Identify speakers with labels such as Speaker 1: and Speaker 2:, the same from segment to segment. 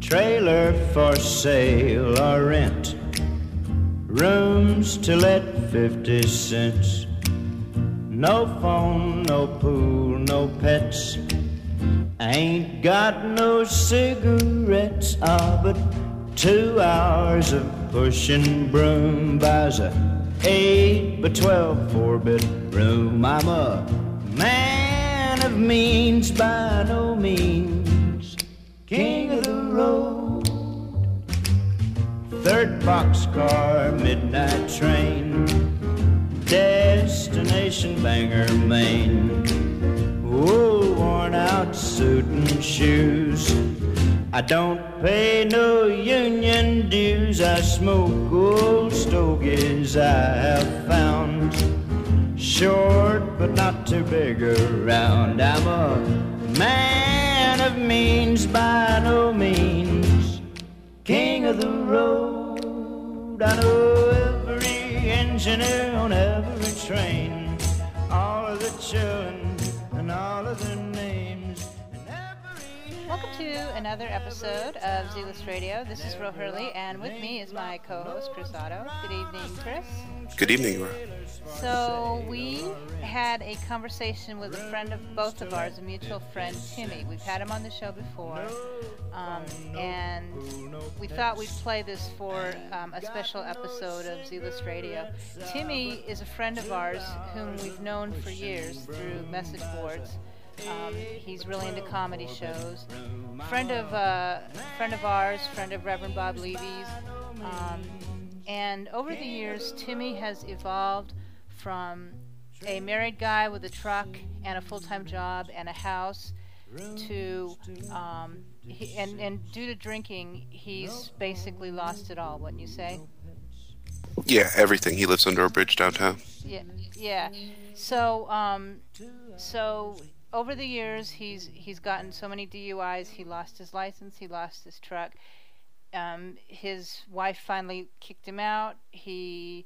Speaker 1: Trailer for sale or rent. Rooms to let 50 cents. No phone, no pool, no pets. I ain't got no cigarettes, ah, but two hours of pushing broom buys a eight by twelve four bit room. I'm a man of means by no means, king of the road. Third boxcar, midnight train, destination Bangor, Maine. Oh, worn out suit and shoes. I don't pay no union dues. I smoke old stogies I have found. Short but not too big around. I'm a man of means by no means. King of the road. I know every engineer on every train. All of the children and all of their names. And every
Speaker 2: Welcome to another episode of Zealous Radio. This is Ro Hurley, and with me is my co-host Chris Otto. Good evening, Chris.
Speaker 3: Good evening, Ro.
Speaker 2: So we had a conversation with a friend of both of ours, a mutual friend, Timmy. We've had him on the show before, um, and we thought we'd play this for um, a special episode of Zealous Radio. Timmy is a friend of ours whom we've known for years through message boards. Um, he's really into comedy shows. Friend of uh, friend of ours, friend of Reverend Bob Levy's. Um, and over the years, Timmy has evolved from a married guy with a truck and a full time job and a house to, um, he, and, and due to drinking, he's basically lost it all, wouldn't you say?
Speaker 3: Yeah, everything. He lives under a bridge downtown.
Speaker 2: Yeah, yeah. So, um, so over the years, he's he's gotten so many DUIs. He lost his license. He lost his truck. Um, his wife finally kicked him out. He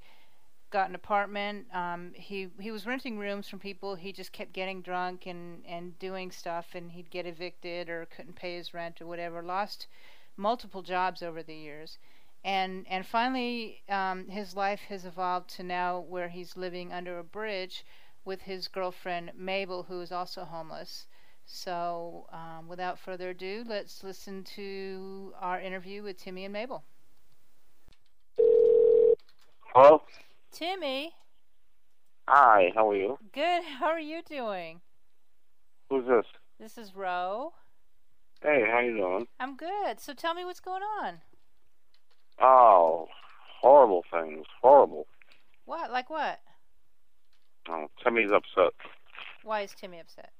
Speaker 2: got an apartment. Um, he he was renting rooms from people. He just kept getting drunk and and doing stuff, and he'd get evicted or couldn't pay his rent or whatever. Lost multiple jobs over the years, and and finally um, his life has evolved to now where he's living under a bridge with his girlfriend Mabel, who is also homeless. So um, without further ado, let's listen to our interview with Timmy and Mabel.
Speaker 4: Hello.
Speaker 2: Timmy,
Speaker 4: Hi. How are you?
Speaker 2: good. How are you doing?
Speaker 4: Who's this?
Speaker 2: This is Ro.
Speaker 4: Hey, how you doing?
Speaker 2: I'm good. So tell me what's going on.
Speaker 4: Oh, horrible things. Horrible.
Speaker 2: What? Like what?
Speaker 4: Oh, Timmy's upset.
Speaker 2: Why is Timmy upset?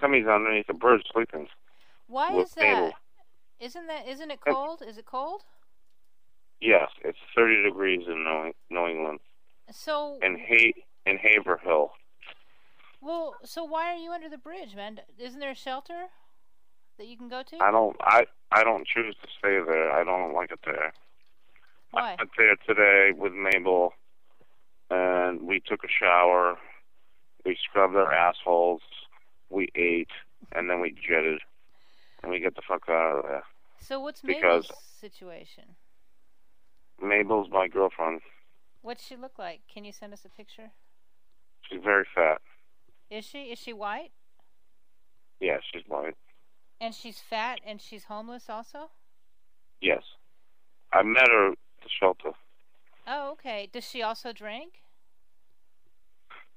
Speaker 4: Timmy's underneath the bridge sleeping.
Speaker 2: Why
Speaker 4: With
Speaker 2: is that?
Speaker 4: Mabel.
Speaker 2: Isn't that? Isn't it
Speaker 4: Um,
Speaker 2: cold? Is it cold?
Speaker 4: Yes, it's 30 degrees in New, New England
Speaker 2: So
Speaker 4: in Hay in Haverhill.
Speaker 2: well, so why are you under the bridge, man? Isn't there a shelter that you can go to?
Speaker 4: I don't. I I don't choose to stay there. I don't like it there.
Speaker 2: Why?
Speaker 4: I went there today with Mabel, and we took a shower. We scrubbed our assholes. We ate, and then we jetted, and we get the fuck out of there.
Speaker 2: So what's Mabel's
Speaker 4: because-
Speaker 2: situation?
Speaker 4: Mabel's my girlfriend.
Speaker 2: What's she look like? Can you send us a picture?
Speaker 4: She's very fat.
Speaker 2: Is she? Is she white?
Speaker 4: Yeah, she's blind.
Speaker 2: And she's fat and she's homeless also?
Speaker 4: Yes. I met her at the shelter.
Speaker 2: Oh, okay. Does she also drink?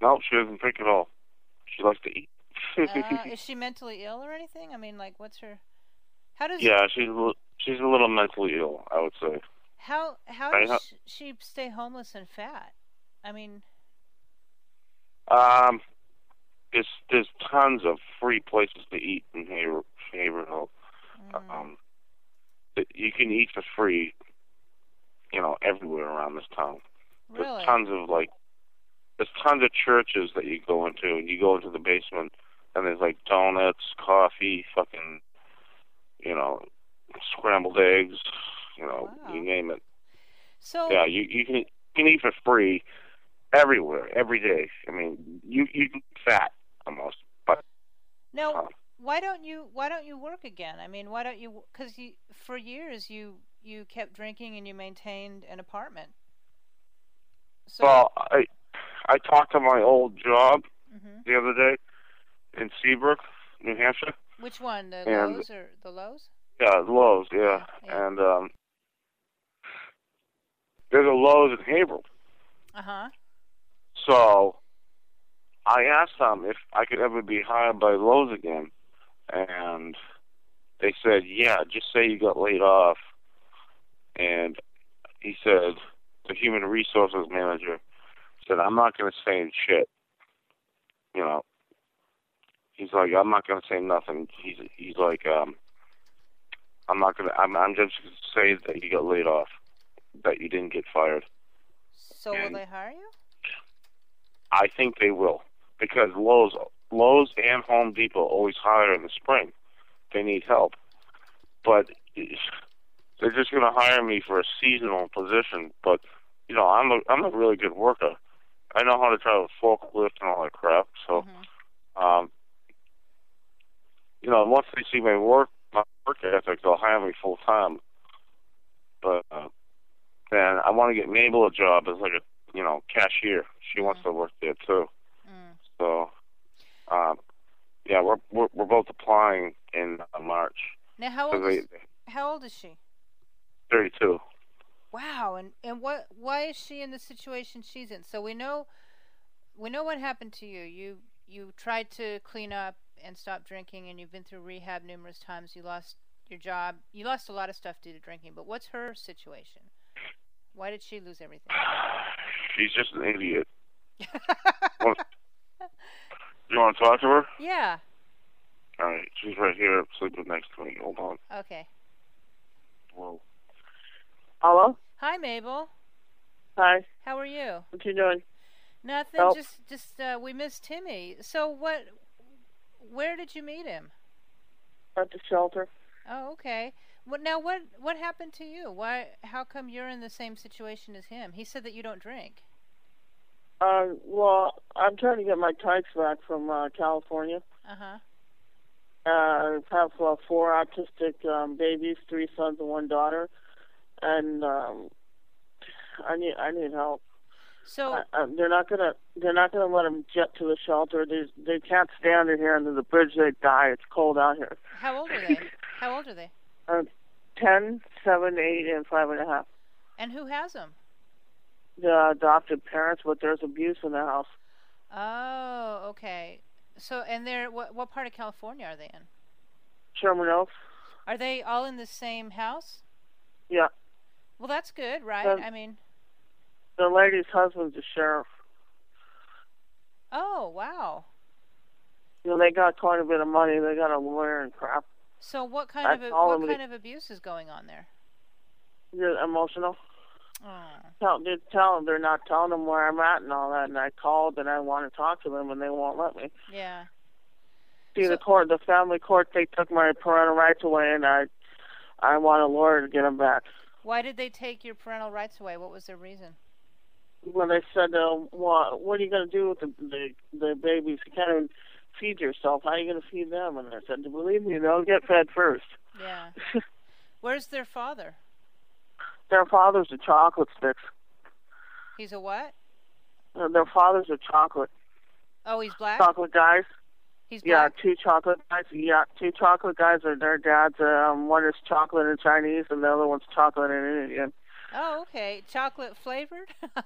Speaker 4: No, she doesn't drink at all. She likes to eat.
Speaker 2: Uh, is she mentally ill or anything? I mean, like, what's her? How does
Speaker 4: yeah, she's a little, she's a little mentally ill, I would say.
Speaker 2: how how
Speaker 4: I
Speaker 2: does
Speaker 4: ho-
Speaker 2: sh- she stay homeless and fat? I mean,
Speaker 4: Um, there's there's tons of free places to eat in Haver, Haverhill.
Speaker 2: mm,
Speaker 4: Um, that you can eat for free. You know, everywhere around this town.
Speaker 2: really?
Speaker 4: There's tons of like, there's tons of churches that you go into, and you go into the basement, and there's like donuts, coffee, fucking, you know, scrambled eggs, you know,
Speaker 2: Wow.
Speaker 4: you name it.
Speaker 2: So
Speaker 4: Yeah, you you can you can eat for free everywhere, every day. I mean, you you can get fat almost, but
Speaker 2: now,
Speaker 4: um,
Speaker 2: why don't you why don't you work again? I mean, why don't you? Because you for years you you kept drinking and you maintained an apartment. So,
Speaker 4: Well, I I talked to my old job
Speaker 2: mhm.
Speaker 4: the other day in Seabrook, New Hampshire.
Speaker 2: which one? The
Speaker 4: and-
Speaker 2: lows or the lows?
Speaker 4: Yeah, Lowe's, yeah.
Speaker 2: Yeah.
Speaker 4: And um there's a Lowe's in Haverhill.
Speaker 2: Uh huh.
Speaker 4: So I asked them if I could ever be hired by Lowe's again and they said, Yeah, just say you got laid off and he said the human resources manager said, I'm not gonna say shit you know. He's like, I'm not gonna say nothing. He's he's like, um I'm not gonna I'm I'm just gonna say that you got laid off. That you didn't get fired.
Speaker 2: So will
Speaker 4: And-
Speaker 2: they hire you?
Speaker 4: I think they will because Lowe's, Lowe's and Home Depot always hire in the spring. They need help, but they're just going to hire me for a seasonal position. But you know, I'm a I'm a really good worker. I know how to drive a forklift and all that crap. So,
Speaker 2: Mhm.
Speaker 4: um, you know, once they see my work my work ethic, they'll hire me full time. But uh, and I want to get Mabel a job as like a you know cashier. She wants to work there too.
Speaker 2: Mm.
Speaker 4: So, um, yeah, we're, we're we're both applying in uh, March.
Speaker 2: Now, how
Speaker 4: So
Speaker 2: old
Speaker 4: they,
Speaker 2: is, how old is she?
Speaker 4: Thirty-two.
Speaker 2: Wow, and and what? Why is she in the situation she's in? So we know, we know what happened to you. You you tried to clean up and stop drinking, and you've been through rehab numerous times. You lost your job. You lost a lot of stuff due to drinking. But what's her situation? Why did she lose everything?
Speaker 4: She's just an idiot. You want to talk to her?
Speaker 2: yeah.
Speaker 4: All right, she's right here sleeping next to me. Hold on.
Speaker 2: Okay.
Speaker 4: Whoa.
Speaker 5: Hello?
Speaker 2: Hi, Mabel.
Speaker 5: Hi.
Speaker 2: How are you?
Speaker 5: What you doing?
Speaker 2: Nothing.
Speaker 5: Nope.
Speaker 2: Just just uh, we missed Timmy. So what? Where did you meet him?
Speaker 5: At the shelter?
Speaker 2: Oh, okay. What now? What what happened to you? Why? How come you're in the same situation as him? He said that you don't drink.
Speaker 5: Uh, well, I'm trying to get my tykes back from uh, California.
Speaker 2: Uh huh.
Speaker 5: Uh, I have uh, four autistic um, babies, three sons and one daughter, and um, I need I need help.
Speaker 2: So
Speaker 5: I, I, they're not gonna they're not gonna let them jet to the shelter. They they can't stand it here under the bridge. They die. It's cold out here.
Speaker 2: how old are they? How old are they?
Speaker 5: Ten, seven, eight, and five and a half.
Speaker 2: And who has them?
Speaker 5: The adopted parents, but there's abuse in the house.
Speaker 2: Oh, okay. So and they're what what part of California are they in?
Speaker 5: Sherman Oaks.
Speaker 2: Are they all in the same house?
Speaker 5: Yeah.
Speaker 2: Well, that's good, right?
Speaker 5: Um,
Speaker 2: I mean,
Speaker 5: The lady's husband's a sheriff.
Speaker 2: oh wow.
Speaker 5: You know, they got quite a bit of money. They got a lawyer and crap.
Speaker 2: So what kind
Speaker 5: That's
Speaker 2: of a-
Speaker 5: all
Speaker 2: what
Speaker 5: of it.
Speaker 2: kind of abuse is going on there?
Speaker 5: They're emotional.
Speaker 2: Oh.
Speaker 5: Tell, they tell them they're not telling them where I'm at and all that. And I called and I want to talk to them and they won't let me.
Speaker 2: Yeah.
Speaker 5: See,
Speaker 2: So-
Speaker 5: the court, the family court, they took my parental rights away and I, I want a lawyer to get them back.
Speaker 2: Why did they take your parental rights away? What was their reason?
Speaker 5: When they said, uh, well, what are you going to do with the, the the babies? You can't even feed yourself. How are you going to feed them? And I said, believe me, they'll get fed first.
Speaker 2: Yeah. Where's their father?
Speaker 5: Their fathers are chocolate sticks.
Speaker 2: He's a what?
Speaker 5: Uh, Their fathers are chocolate.
Speaker 2: Oh, he's black.
Speaker 5: Chocolate guys.
Speaker 2: He's
Speaker 5: Yeah,
Speaker 2: black.
Speaker 5: two chocolate guys. Yeah, two chocolate guys are their dads. Um, one is chocolate and Chinese, and the other one's chocolate and Indian.
Speaker 2: Oh, okay. Chocolate flavored.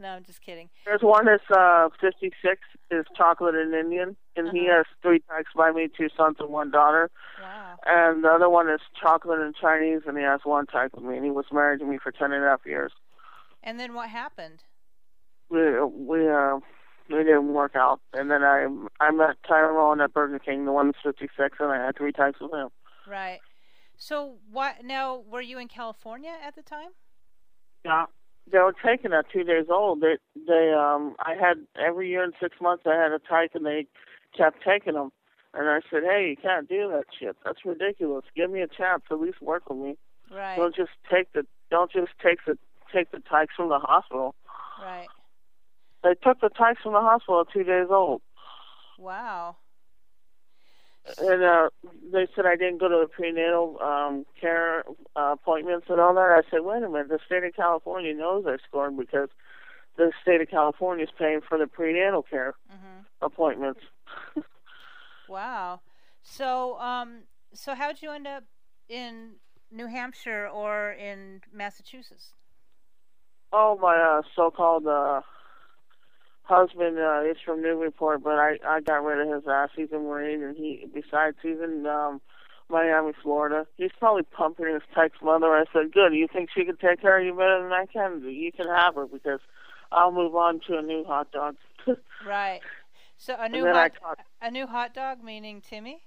Speaker 2: no, I'm just kidding.
Speaker 5: There's one that's uh, 56 is chocolate and Indian, and he
Speaker 2: Uh-huh.
Speaker 5: has three types by me, two sons and one daughter.
Speaker 2: Wow.
Speaker 5: And the other one is chocolate and Chinese, and he has one type of me. And he was married to me for ten and a half years.
Speaker 2: And then what happened?
Speaker 5: We we uh, we didn't work out, and then I I met Tyrone at Burger King, the one that's 56, and I had three types of him.
Speaker 2: Right. So what? Now, were you in California at the time?
Speaker 5: Yeah. They were taken at two days old. They they um I had every year and six months I had a tyke and they kept taking them. And I said, hey, you can't do that shit. That's ridiculous. Give me a chance. At least work with me.
Speaker 2: Right.
Speaker 5: Don't just take the don't just take the take the tykes from the hospital.
Speaker 2: Right.
Speaker 5: They took the tykes from the hospital at two days old.
Speaker 2: Wow.
Speaker 5: and uh, they said I didn't go to the prenatal um, care uh, appointments and all that. I said, wait a minute, the state of California knows I scored because the state of California is paying for the prenatal care appointments.
Speaker 2: Mm-hmm. Wow. So, um, so how'd you end up in New Hampshire or in Massachusetts?
Speaker 5: Oh, my uh, so-called uh, husband uh, is from Newburyport, but I I got rid of his ass. He's a Marine, and he besides he's in um, Miami, Florida. He's probably pumping his text mother. I said, "Good. You think she can take care of you better than I can? You can have her because I'll move on to a new hot dog."
Speaker 2: Right. So a new
Speaker 5: then I
Speaker 2: hot, a new hot dog meaning Timmy.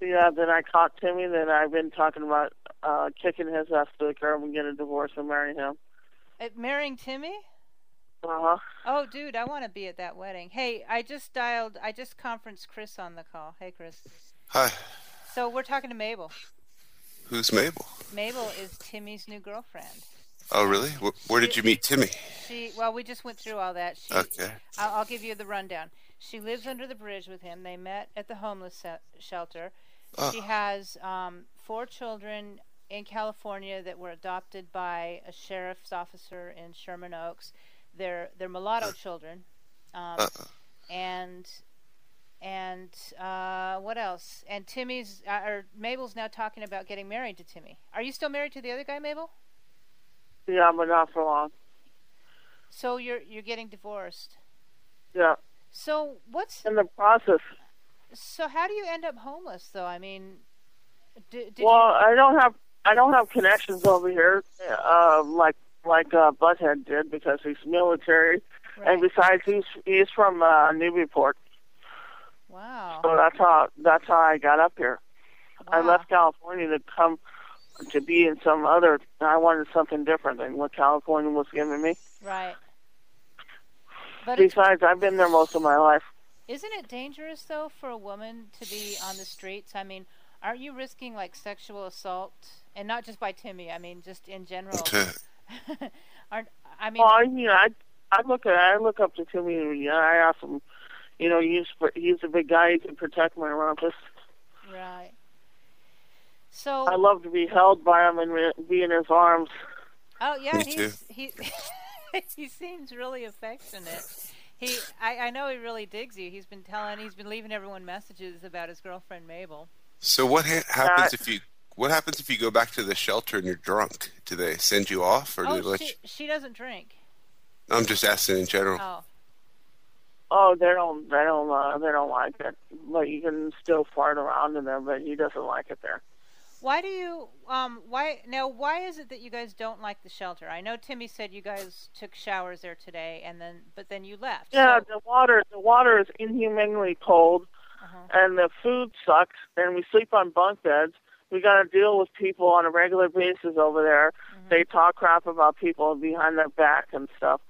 Speaker 5: Yeah, then I caught Timmy. Then I've been talking about uh kicking his ass to the curb and get a divorce and marry him.
Speaker 2: Uh, marrying Timmy?
Speaker 5: Uh huh.
Speaker 2: Oh, dude, I want to be at that wedding. Hey, I just dialed. I just conferenced Chris on the call. Hey, Chris.
Speaker 3: Hi.
Speaker 2: So we're talking to Mabel.
Speaker 3: Who's Mabel?
Speaker 2: Mabel is Timmy's new girlfriend.
Speaker 3: Oh, really? Wh- Where did you meet Timmy?
Speaker 2: She. Well, we just went through all that. She,
Speaker 3: Okay.
Speaker 2: I'll, I'll give you the rundown. She lives under the bridge with him. They met at the homeless se- shelter.
Speaker 3: Oh.
Speaker 2: She has um, four children in California that were adopted by a sheriff's officer in Sherman Oaks. They're they're mulatto children, um,
Speaker 3: Uh-uh.
Speaker 2: and and uh, what else? And Timmy's uh, or Mabel's now talking about getting married to Timmy. Are you still married to the other guy, Mabel?
Speaker 5: Yeah, but not for long.
Speaker 2: So you're you're getting divorced.
Speaker 5: Yeah,
Speaker 2: So what's
Speaker 5: in the process.
Speaker 2: So how do you end up homeless though? I mean, d- did
Speaker 5: Well, I don't have I don't have connections over here, uh, like like uh, Butthead did because he's military,
Speaker 2: you,
Speaker 5: and besides he's he's from uh, Newburyport,
Speaker 2: wow.
Speaker 5: so that's how that's how I got up here. I
Speaker 2: Oh. Wow.
Speaker 5: left California to come to be in some other. I wanted something different than what California was giving me.
Speaker 2: Right. But it's,
Speaker 5: Besides, I've been there most of my life.
Speaker 2: isn't it dangerous though for a woman to be on the streets? I mean, aren't you risking like sexual assault, and not just by Timmy? I mean, just in general. aren't I mean?
Speaker 5: Well, I mean, I I look at I look up to Timmy. and, Yeah, I ask him. You know, he's he's a big guy. He can protect my rumpus.
Speaker 2: right. So
Speaker 5: I love to be held by him and re- be in his arms.
Speaker 2: Oh yeah,
Speaker 3: Me
Speaker 2: he's, he he seems really affectionate. He I, I know he really digs you. He's been telling he's been leaving everyone messages about his girlfriend Mabel.
Speaker 3: So what ha- happens
Speaker 5: Uh,
Speaker 3: if you what happens if you go back to the shelter and you're drunk? Do they send you off or do they
Speaker 2: Oh,
Speaker 3: let
Speaker 2: she
Speaker 3: you?
Speaker 2: she doesn't drink.
Speaker 3: I'm just asking in general.
Speaker 2: Oh,
Speaker 5: Oh, they don't, they don't, uh, they don't like it. But you can still fart around in there, but he doesn't like it there.
Speaker 2: why do you um why now why is it that you guys don't like the shelter? I know Timmy said you guys took showers there today and then but then you left.
Speaker 5: Yeah,
Speaker 2: So,
Speaker 5: the water, the water is inhumanely cold,
Speaker 2: uh-huh.
Speaker 5: and the food sucks, and we sleep on bunk beds. We got to deal with people on a regular basis over there.
Speaker 2: Mm-hmm.
Speaker 5: They talk crap about people behind their back and stuff,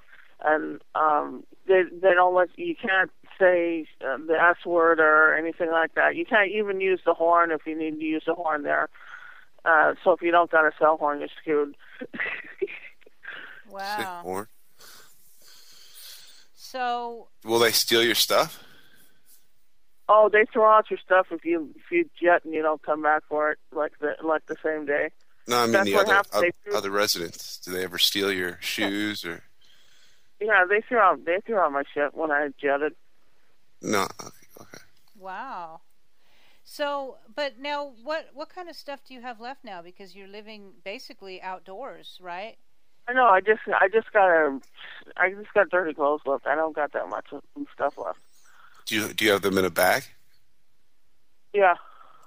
Speaker 5: and um, they they don't let you can't say uh, the S word or anything like that. You can't even use the horn if you need to use the horn there. Uh, so if you don't got a cell horn, you're screwed.
Speaker 3: Sick
Speaker 2: Wow.
Speaker 3: horn.
Speaker 2: So
Speaker 3: Will they steal your stuff?
Speaker 5: oh, they throw out your stuff if you if you jet and you don't come back for it like the like the same day.
Speaker 3: No, I mean
Speaker 5: That's
Speaker 3: the
Speaker 5: what
Speaker 3: other
Speaker 5: happens.
Speaker 3: oth-
Speaker 5: They threw-
Speaker 3: other residents. Do they ever steal your shoes or
Speaker 5: Yeah, they threw out they threw out my shit when I jetted.
Speaker 3: no? uh, Okay, okay.
Speaker 2: Wow. So, but now what what kind of stuff do you have left now because you're living basically outdoors, right?
Speaker 5: I know. I just, I just got a, I just got dirty clothes left. I don't got that much of stuff left.
Speaker 3: Do you do you have them in a bag?
Speaker 5: Yeah,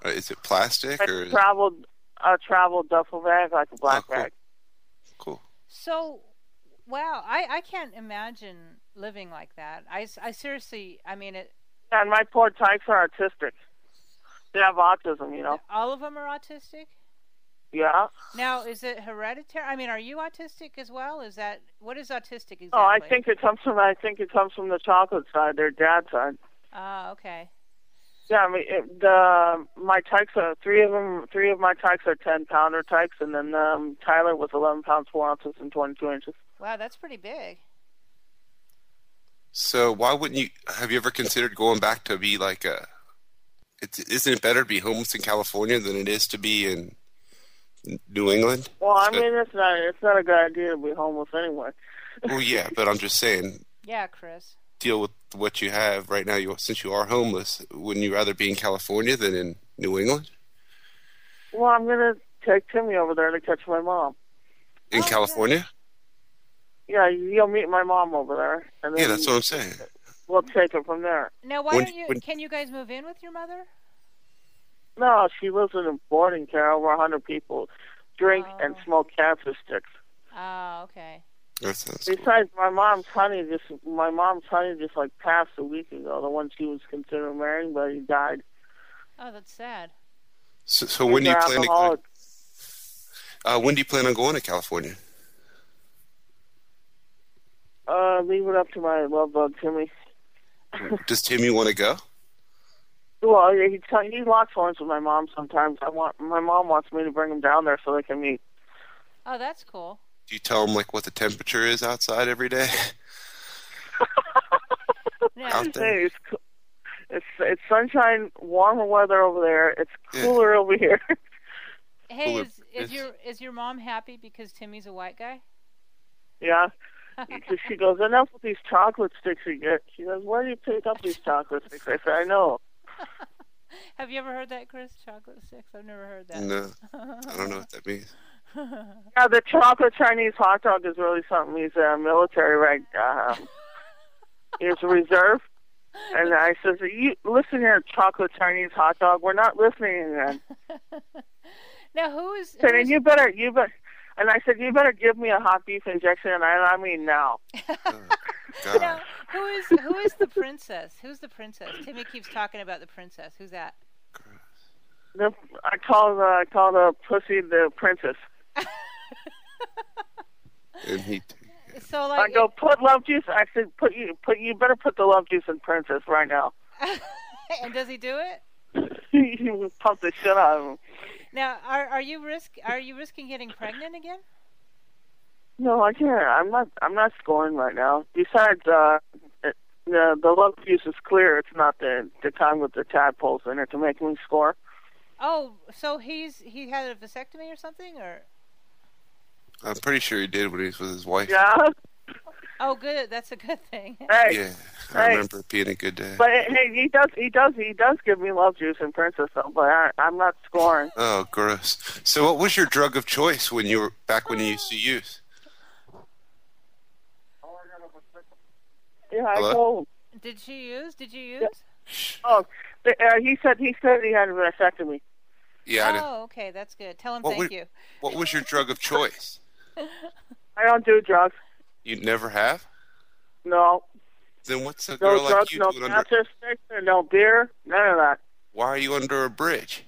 Speaker 3: Or is it plastic
Speaker 5: I
Speaker 3: or is-
Speaker 5: traveled, a travel duffel bag like a black
Speaker 3: Oh, cool.
Speaker 5: bag.
Speaker 3: cool?
Speaker 2: So, wow, I I can't imagine living like that. I s- I seriously, I mean it
Speaker 5: And my poor tykes are autistic. They have autism, you know.
Speaker 2: all of them are autistic?
Speaker 5: Yeah.
Speaker 2: Now, is it hereditary? I mean, are you autistic as well? Is that what is autistic exactly?
Speaker 5: Oh, I think it comes from, I think it comes from the chocolate side, their dad's side.
Speaker 2: Ah, okay.
Speaker 5: Yeah, I mean, it, the my tykes are three of them. Three of my tykes are ten pounder tykes, and then um, Tyler was eleven pounds four ounces and twenty two inches.
Speaker 2: Wow, that's pretty big.
Speaker 3: So why wouldn't you? Have you ever considered going back to be like a It's, isn't it better to be homeless in California than it is to be in New England?
Speaker 5: Well, I mean, it's not it's not a good idea to be homeless anyway.
Speaker 3: Well, yeah, but I'm just saying,
Speaker 2: Yeah, Chris.
Speaker 3: deal with what you have right now. You since you are homeless, wouldn't you rather be in California than in New England?
Speaker 5: Well, I'm gonna take Timmy over there to catch my mom.
Speaker 3: In California?
Speaker 5: Yeah, you'll meet my mom over there, and then
Speaker 3: Yeah, that's what I'm saying.
Speaker 5: we'll take it from there.
Speaker 2: Now, why
Speaker 3: When-
Speaker 2: don't you?
Speaker 3: when-
Speaker 2: can you guys move in with your mother?
Speaker 5: No, she lives in a boarding care. Over a hundred people drink and smoke cancer sticks.
Speaker 2: Oh, okay.
Speaker 3: That sounds
Speaker 5: Besides, my mom's honey just my mom's honey just like passed a week ago. The one she was considering marrying, but he died.
Speaker 2: Oh, that's sad.
Speaker 3: So, so when do you
Speaker 5: He's
Speaker 3: plan to go?
Speaker 5: alcoholic.
Speaker 3: Uh, when do you plan on going to California?
Speaker 5: Uh, leave it up to my love bug Timmy.
Speaker 3: Does Timmy want to go?
Speaker 5: Well, uh, he t- he locks horns with my mom sometimes. I want my mom wants me to bring him down there so they can meet.
Speaker 2: Oh, that's cool.
Speaker 3: Do you tell him like what the temperature is outside every day?
Speaker 2: Now,
Speaker 3: Out there.
Speaker 5: Hey, it's, co- it's it's sunshine, warmer weather over there. It's cooler over here.
Speaker 2: hey,
Speaker 3: Well,
Speaker 2: is, is
Speaker 3: it's-
Speaker 2: your is your mom happy because Timmy's a white guy?
Speaker 5: yeah. she goes enough with these chocolate sticks you get. She goes, where do you pick up these chocolate sticks? I said, I know.
Speaker 2: Have you ever heard that, Chris? Chocolate sticks? I've never heard that.
Speaker 3: No, I don't know what that means.
Speaker 5: Yeah, the chocolate Chinese hot dog is really something. He's a military rank. Um, he's a reserve. And I says, you listen here, chocolate Chinese hot dog. We're not listening. Then.
Speaker 2: Now, who is?
Speaker 5: said,
Speaker 2: who
Speaker 5: and
Speaker 2: is-
Speaker 5: you better, you bet. And I said, you better give me a hot beef injection, and I, I mean now.
Speaker 3: God.
Speaker 2: now, who is who is the princess? Who's the princess? Timmy keeps talking about the princess. Who's that?
Speaker 5: The, I call the, I call the pussy the princess.
Speaker 3: And he,
Speaker 2: So
Speaker 5: I
Speaker 2: like,
Speaker 5: go put love juice. I said, put you, put you better put the love juice in princess right now.
Speaker 2: and does he do it?
Speaker 5: you pump the shit out of him.
Speaker 2: Now, are are you risk are you risking getting pregnant again?
Speaker 5: No, I can't. I'm not. I'm not scoring right now. Besides, uh, it, the the love juice is clear. It's not the the time with the tadpoles in it to make me score.
Speaker 2: Oh, so he's he had a vasectomy or something, or
Speaker 3: I'm pretty sure he did when he was with his wife.
Speaker 5: Yeah.
Speaker 2: oh, good, that's a good thing.
Speaker 5: Hey.
Speaker 3: Yeah, I
Speaker 5: Right.
Speaker 3: remember it being a good day.
Speaker 5: But hey, he does. He does. He does give me love juice and princess though. But I, I'm not scoring.
Speaker 3: Oh, gross. So, what was your drug of choice when you were back when you used to use?
Speaker 5: Yeah, I
Speaker 3: Hello?
Speaker 5: told him.
Speaker 2: Did she use? Did you use?
Speaker 5: Oh, the, uh, he said. He said he had a vasectomy.
Speaker 3: Yeah, I know.
Speaker 2: Oh, okay, that's good. Tell him
Speaker 3: What
Speaker 2: thank
Speaker 3: would-
Speaker 2: you.
Speaker 3: What was your drug of choice?
Speaker 5: I don't do drugs.
Speaker 3: You never have?
Speaker 5: No,
Speaker 3: Then what's a
Speaker 5: no
Speaker 3: girl like
Speaker 5: drugs.
Speaker 3: you
Speaker 5: no
Speaker 3: doing under?
Speaker 5: cancer sticks. and No beer. None of that.
Speaker 3: Why are you under a bridge?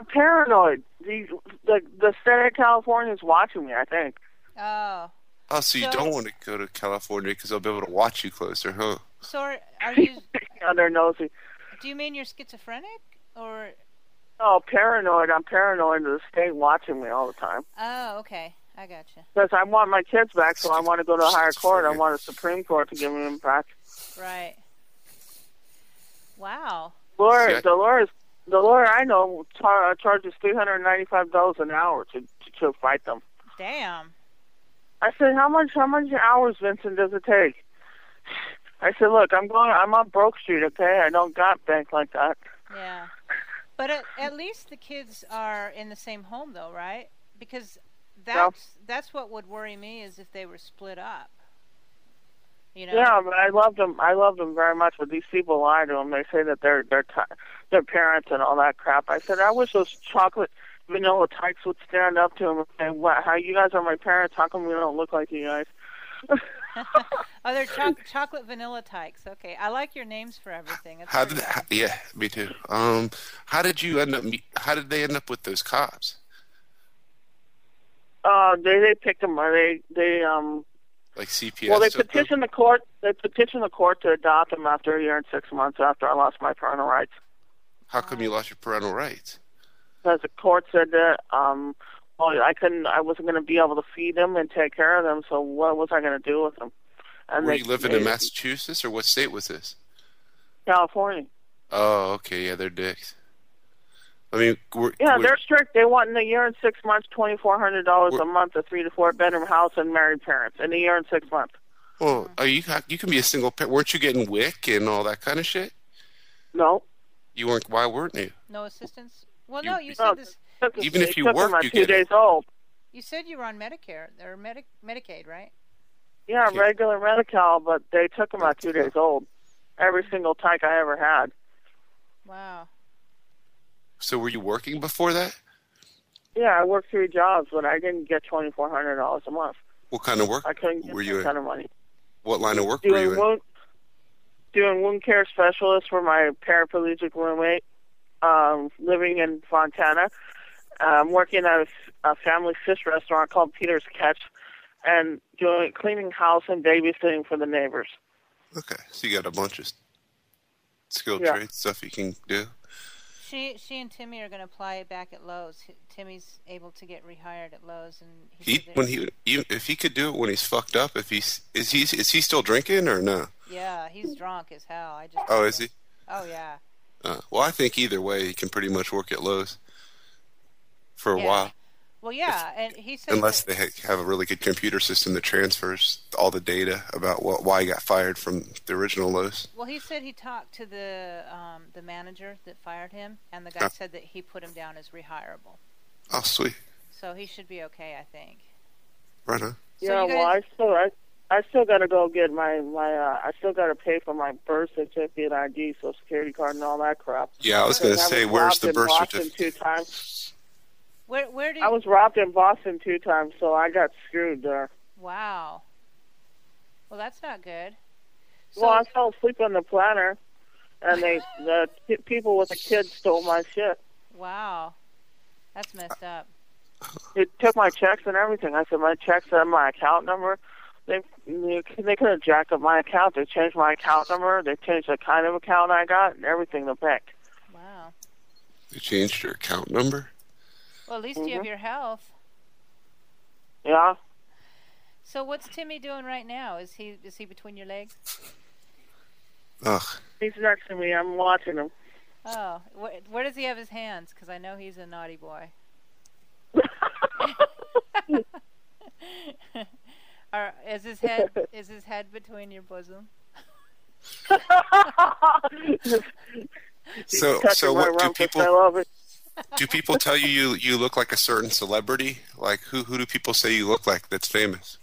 Speaker 5: I'm paranoid. The the, the state of California is watching me. I think.
Speaker 2: Oh,
Speaker 3: Oh, so you
Speaker 2: So-
Speaker 3: don't want to go to California because they'll be able to watch you closer, huh?
Speaker 2: so are, are you?
Speaker 5: Yeah, they're nosy.
Speaker 2: Do you mean you're schizophrenic or?
Speaker 5: Oh, paranoid. I'm paranoid of the state watching me all the time.
Speaker 2: Oh, okay, I got you.
Speaker 5: Because I want my kids back, so I want to go to a higher court. I want a Supreme Court to give me them back.
Speaker 2: Right. Wow.
Speaker 5: Laura,
Speaker 3: Yeah.
Speaker 5: the lawyers, the lawyer I know char- charges three hundred ninety-five dollars an hour to, to to fight them.
Speaker 2: Damn.
Speaker 5: I said, how much how much hours, Vincent, does it take? I said, look, I'm going. I'm on Broke Street, okay? I don't got bank like that.
Speaker 2: Yeah. But at, at least the kids are in the same home, though, right? Because that's that's what would worry me is if they were split up. You know.
Speaker 5: Yeah, but I love them. I love them very much. But these people lie to them. They say that they're they're ti their parents and all that crap. I said I wish those chocolate vanilla types would stand up to them and say, "What? How you guys are my parents? How come we don't look like you guys?"
Speaker 2: Oh, they're cho- chocolate vanilla tykes. Okay, I like your names for everything. It's
Speaker 3: How
Speaker 2: pretty
Speaker 3: did?
Speaker 2: nice.
Speaker 3: How, yeah, me too. Um, how did you end up? me- How did they end up with those cops?
Speaker 5: Uh, they they picked them. Or they they um.
Speaker 3: Like CPS?
Speaker 5: well, they
Speaker 3: took them?
Speaker 5: petitioned the court. They petitioned the court to adopt them after a year and six months after I lost my parental rights.
Speaker 3: How come you lost your parental rights?
Speaker 5: because the court said that um well I couldn't I wasn't going to be able to feed them and take care of them so what was I going to do with them and
Speaker 3: Were
Speaker 5: they,
Speaker 3: you living
Speaker 5: they-
Speaker 3: in Massachusetts or what state was this?
Speaker 5: California
Speaker 3: Oh, okay, yeah, they're dicks. I mean, we're,
Speaker 5: Yeah,
Speaker 3: we're-
Speaker 5: they're strict. They want in a year and six months, twenty four hundred dollars a month, a three to four bedroom house, and married parents in a year and six months.
Speaker 3: well, oh, you ha- you can be a single parent. Weren't you getting WIC and all that kind of shit?
Speaker 5: No.
Speaker 3: You weren't. Why weren't you?
Speaker 2: No assistance. Well,
Speaker 3: You-
Speaker 2: no, you
Speaker 5: No,
Speaker 2: said this.
Speaker 5: took us-
Speaker 3: Even if
Speaker 5: it
Speaker 3: you
Speaker 5: took
Speaker 3: work,
Speaker 5: them at
Speaker 3: you
Speaker 5: two
Speaker 3: get it.
Speaker 5: days old.
Speaker 2: You said you were on Medicare or Medi- Medicaid, right?
Speaker 5: Yeah,
Speaker 3: Yeah.
Speaker 5: regular medical, but they took them out two days old. Every single tyke I ever had.
Speaker 2: Wow.
Speaker 3: So were you working before that?
Speaker 5: Yeah, I worked three jobs, but I didn't get twenty four hundred dollars a month.
Speaker 3: What kind of work
Speaker 5: I couldn't get
Speaker 3: were
Speaker 5: that
Speaker 3: you in?
Speaker 5: kind of money.
Speaker 3: What line of work were you
Speaker 5: Doing
Speaker 3: in?
Speaker 5: wound, doing wound care specialist for my paraplegic roommate, um, living in Fontana. Um, working at a, f- a family fish restaurant called Peter's Catch, and doing cleaning house and babysitting for the neighbors.
Speaker 3: Okay, so you got a bunch of skilled
Speaker 5: Yeah.
Speaker 3: trades stuff you can do.
Speaker 2: She she and Timmy are going to apply back at Lowe's. H- Timmy's able to get rehired at Lowe's, and he
Speaker 3: He
Speaker 2: said that-
Speaker 3: when he even if he could do it when he's fucked up, if he's is he is he still drinking or no?
Speaker 2: yeah, he's drunk as hell. I just
Speaker 3: Oh, is he?
Speaker 2: oh yeah
Speaker 3: Uh, well, I think either way, he can pretty much work at Lowe's for a
Speaker 2: Yeah.
Speaker 3: while,
Speaker 2: well yeah, and he said
Speaker 3: unless
Speaker 2: that-
Speaker 3: they ha- have a really good computer system that transfers all the data about what why he got fired from the original Lowe's.
Speaker 2: Well, he said he talked to the um, the manager that fired him, and the guy
Speaker 3: Oh.
Speaker 2: said that he put him down as rehirable.
Speaker 3: Oh, sweet,
Speaker 2: So he should be okay, I think.
Speaker 3: right on.
Speaker 2: So
Speaker 5: yeah,
Speaker 2: you
Speaker 5: well, I
Speaker 2: guys-
Speaker 5: still I, I still got to go get my my uh, I still got to pay for my birth certificate, ID, social security card, and all that crap.
Speaker 3: Yeah, I was gonna
Speaker 5: And I
Speaker 3: say,
Speaker 5: was
Speaker 3: where's
Speaker 5: robbed
Speaker 3: the
Speaker 5: in
Speaker 3: birth
Speaker 5: Boston
Speaker 3: certificate?
Speaker 5: Two times.
Speaker 2: Where where do you,
Speaker 5: I was robbed in Boston two times, so I got screwed there.
Speaker 2: wow? Well, that's not good. So
Speaker 5: well, I fell asleep on the planter, and they the ki- people with the kids stole my shit.
Speaker 2: wow, that's messed up.
Speaker 5: It took my checks and everything. I said my checks and my account number. They they could have jacked up my account. They changed my account number. They changed the kind of account I got and everything. The bank.
Speaker 2: Wow.
Speaker 3: They changed your account number.
Speaker 2: Well, at least you have
Speaker 5: Mm-hmm.
Speaker 2: your health.
Speaker 5: Yeah.
Speaker 2: So what's Timmy doing right now? Is he is he between your legs?
Speaker 3: Ugh,
Speaker 5: He's next to me. I'm watching him.
Speaker 2: Oh, where, where does he have his hands? Because I know he's a naughty boy. Or is his head is his head between your bosom?
Speaker 5: He's
Speaker 3: So-
Speaker 5: touching
Speaker 3: so
Speaker 5: my
Speaker 3: what do
Speaker 5: rumpus.
Speaker 3: people-
Speaker 5: I love it.
Speaker 3: do people tell you you you look like a certain celebrity? Like who who do people say you look like that's famous?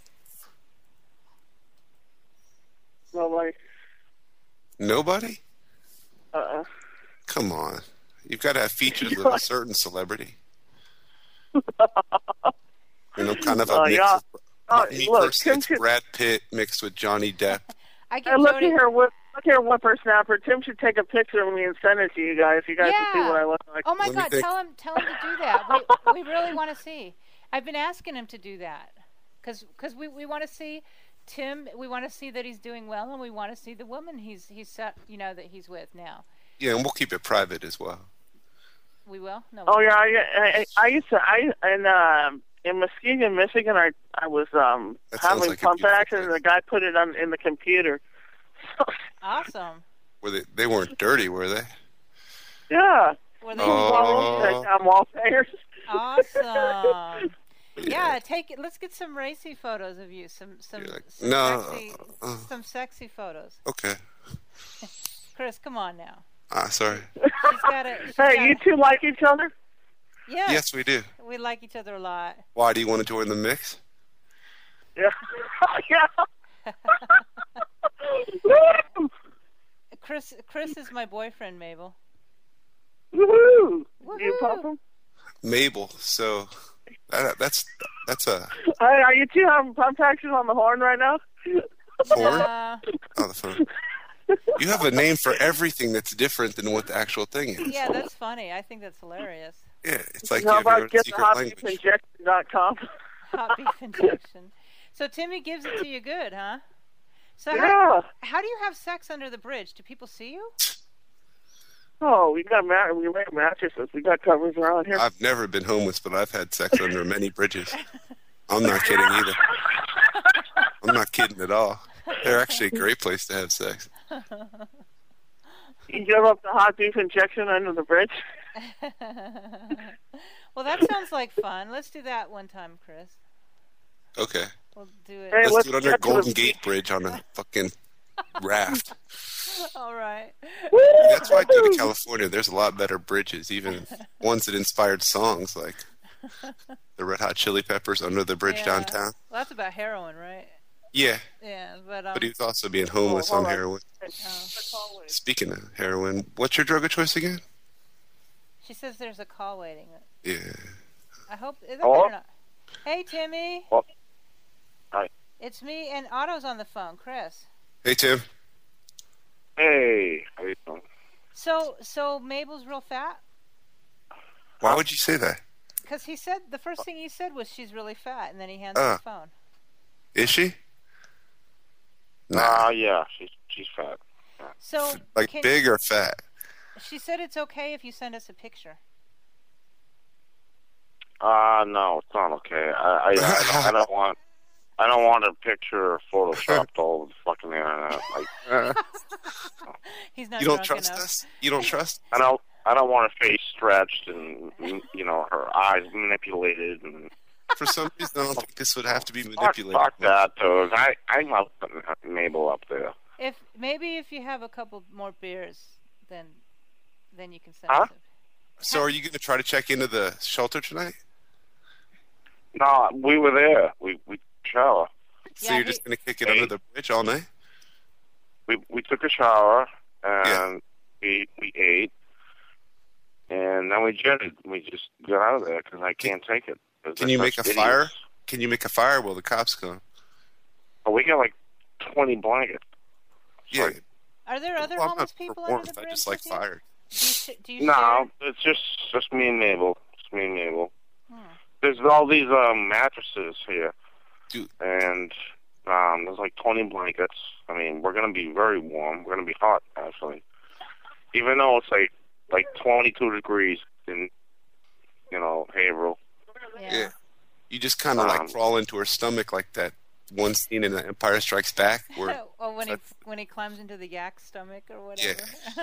Speaker 5: Nobody.
Speaker 3: Nobody.
Speaker 5: Uh-uh.
Speaker 3: Come on, you've got to have features of a certain celebrity. You know, kind of a
Speaker 5: Oh,
Speaker 3: mix.
Speaker 5: yeah.
Speaker 3: Of,
Speaker 5: Oh,
Speaker 3: me
Speaker 5: look,
Speaker 3: personally, it's
Speaker 5: Tim should-
Speaker 3: Brad Pitt mixed with Johnny Depp.
Speaker 2: I get
Speaker 5: And look at
Speaker 2: Jody.
Speaker 5: here, whip, look here, whippersnapper. Tim should take a picture of me and send it to you guys. You guys can
Speaker 2: Yeah.
Speaker 5: see what I look like.
Speaker 2: Oh my
Speaker 3: Let me
Speaker 2: God!
Speaker 3: think.
Speaker 2: Tell him, tell him to do that. We, we really want to see. I've been asking him to do that because we, we want to see Tim. We want to see that he's doing well, and we want to see the woman he's he's set, you know that he's with now.
Speaker 3: Yeah, and we'll keep it private as well.
Speaker 2: We will. No. we
Speaker 5: Oh
Speaker 2: won't.
Speaker 5: yeah, I, I, I used to. I in um in Muskegon, Michigan, I I was um
Speaker 3: That sounds
Speaker 5: having
Speaker 3: like a
Speaker 5: pump
Speaker 3: beautiful
Speaker 5: action, and
Speaker 3: place.
Speaker 5: the guy put it on in the computer. So
Speaker 2: Awesome.
Speaker 3: Were they? They weren't dirty, were they?
Speaker 5: yeah,
Speaker 2: Were they
Speaker 3: Oh.
Speaker 5: Wallpaper, um, wallpapers.
Speaker 2: awesome? Yeah. Take it. Let's get some racy photos of you. Some some,
Speaker 3: You're like,
Speaker 2: some
Speaker 3: "No,
Speaker 2: sexy
Speaker 3: uh, uh."
Speaker 2: some sexy photos.
Speaker 3: Okay.
Speaker 2: Chris, come on now.
Speaker 3: Ah, sorry.
Speaker 2: She's got it.
Speaker 5: Hey, you two like each other?
Speaker 2: Yes.
Speaker 3: Yes, we do.
Speaker 2: We like each other a lot.
Speaker 3: Why do you want to join the mix?
Speaker 5: Yeah, yeah.
Speaker 2: Chris Chris is my boyfriend, Mabel.
Speaker 5: Woohoo! You
Speaker 2: Woohoo.
Speaker 5: pump 'em?
Speaker 3: Mabel. So that, that's that's a
Speaker 5: Hey, are you two having pump action on the horn right now?
Speaker 3: horn.
Speaker 2: Uh,
Speaker 3: Oh, the phone. You have a name for everything that's different than what the actual thing is.
Speaker 2: yeah, that's funny. I think that's hilarious.
Speaker 3: Yeah, it's like
Speaker 5: How
Speaker 3: you have your
Speaker 5: about
Speaker 3: own
Speaker 5: get the
Speaker 3: secret language.
Speaker 5: hotbeefinjection.com?
Speaker 2: Hot beef injection. So Timmy gives it to you good, huh? So how,
Speaker 5: Yeah.
Speaker 2: how do you have sex under the bridge? Do people see you?
Speaker 5: Oh, we got mat- we made mattresses. We got covers around
Speaker 4: Uh,
Speaker 5: here.
Speaker 3: I've never been homeless, but I've had sex under many bridges. I'm not kidding either. I'm not kidding at all. They're actually a great place to have sex.
Speaker 5: You give up the hot beef injection under the bridge?
Speaker 2: well, that sounds like fun. Let's do that one time, Chris.
Speaker 3: Okay.
Speaker 2: We'll do it.
Speaker 5: Hey,
Speaker 3: Let's
Speaker 5: let's
Speaker 3: do it under
Speaker 5: get to the-
Speaker 3: Golden Gate Bridge on a fucking raft.
Speaker 2: All right.
Speaker 3: That's why I go to California. There's a lot better bridges, even ones that inspired songs like the Red Hot Chili Peppers under the bridge
Speaker 2: Yeah.
Speaker 3: downtown.
Speaker 2: Well, that's about heroin, right?
Speaker 3: Yeah,
Speaker 2: Yeah, but um,
Speaker 3: but he was also being homeless
Speaker 5: Oh,
Speaker 3: on
Speaker 5: hold on.
Speaker 3: heroin.
Speaker 5: Oh.
Speaker 3: Speaking of heroin, what's your drug of choice again?
Speaker 2: she says there's a call waiting.
Speaker 3: Yeah.
Speaker 2: I hope. Is that
Speaker 4: Hello?
Speaker 2: better not? Hey, Timmy.
Speaker 4: Hello? Hi.
Speaker 2: It's me and Otto's on the phone, Chris.
Speaker 3: Hey Tim.
Speaker 4: Hey, how you doing?
Speaker 2: So, so Mabel's real fat
Speaker 3: Why would you say that?
Speaker 2: because he said the first thing he said was she's really fat, and then he hands
Speaker 3: Uh.
Speaker 2: her the phone.
Speaker 3: Is she? Nah.
Speaker 4: Ah, yeah, she's she's fat.
Speaker 2: So,
Speaker 3: Like
Speaker 2: can-
Speaker 3: big or fat?
Speaker 2: She said it's okay if you send us a picture.
Speaker 4: Ah, no, it's not okay. I I, I, don't, I don't want I don't want a picture photoshopped all over the fucking internet. Like
Speaker 2: He's not
Speaker 3: You don't
Speaker 2: drunk
Speaker 3: trust
Speaker 2: enough.
Speaker 3: us? You don't trust?
Speaker 4: I don't I don't want her face stretched and you know her eyes manipulated and
Speaker 3: For some reason, I don't think this would have to be
Speaker 4: fuck,
Speaker 3: manipulated.
Speaker 4: fuck that dude. I I'm up Mabel up there.
Speaker 2: If maybe if you have a couple more beers, then then you can send
Speaker 4: Huh?
Speaker 2: us. A,
Speaker 3: So, are you going to try to check into the shelter tonight?
Speaker 4: No, we were there. We we shower.
Speaker 3: So
Speaker 2: Yeah,
Speaker 3: you're
Speaker 2: he-
Speaker 3: just going to kick it under the bridge all night?
Speaker 4: We we took a shower and
Speaker 3: Yeah.
Speaker 4: we we ate, and then we jetted. We just got out of there because I can't take it. 'Cause
Speaker 3: Can
Speaker 4: they're
Speaker 3: you make
Speaker 4: such
Speaker 3: a
Speaker 4: idiots.
Speaker 3: fire? Can you make a fire while the cops come?
Speaker 4: Oh, we got like twenty blankets. It's
Speaker 3: Yeah.
Speaker 4: like,
Speaker 2: are there other
Speaker 3: Well, I'm
Speaker 2: homeless
Speaker 3: not for
Speaker 2: people
Speaker 3: warmth,
Speaker 2: under the
Speaker 3: I
Speaker 2: bridge?
Speaker 3: just like
Speaker 2: with you?
Speaker 3: fire.
Speaker 2: Do you, sh- do you
Speaker 4: no, it's just just me and Mabel. It's me and Mabel.
Speaker 2: Hmm.
Speaker 4: There's all these um, mattresses here,
Speaker 3: Dude.
Speaker 4: and um, there's like 20 blankets. I mean, we're gonna be very warm. We're gonna be hot actually, even though it's like like 22 degrees in you know Haverhill.
Speaker 2: share?
Speaker 3: Yeah. You just kind of
Speaker 4: Um,
Speaker 3: like crawl into her stomach like that one scene in The Empire Strikes Back where
Speaker 2: oh, when he
Speaker 3: that's-
Speaker 2: when he climbs into the yak's stomach or whatever.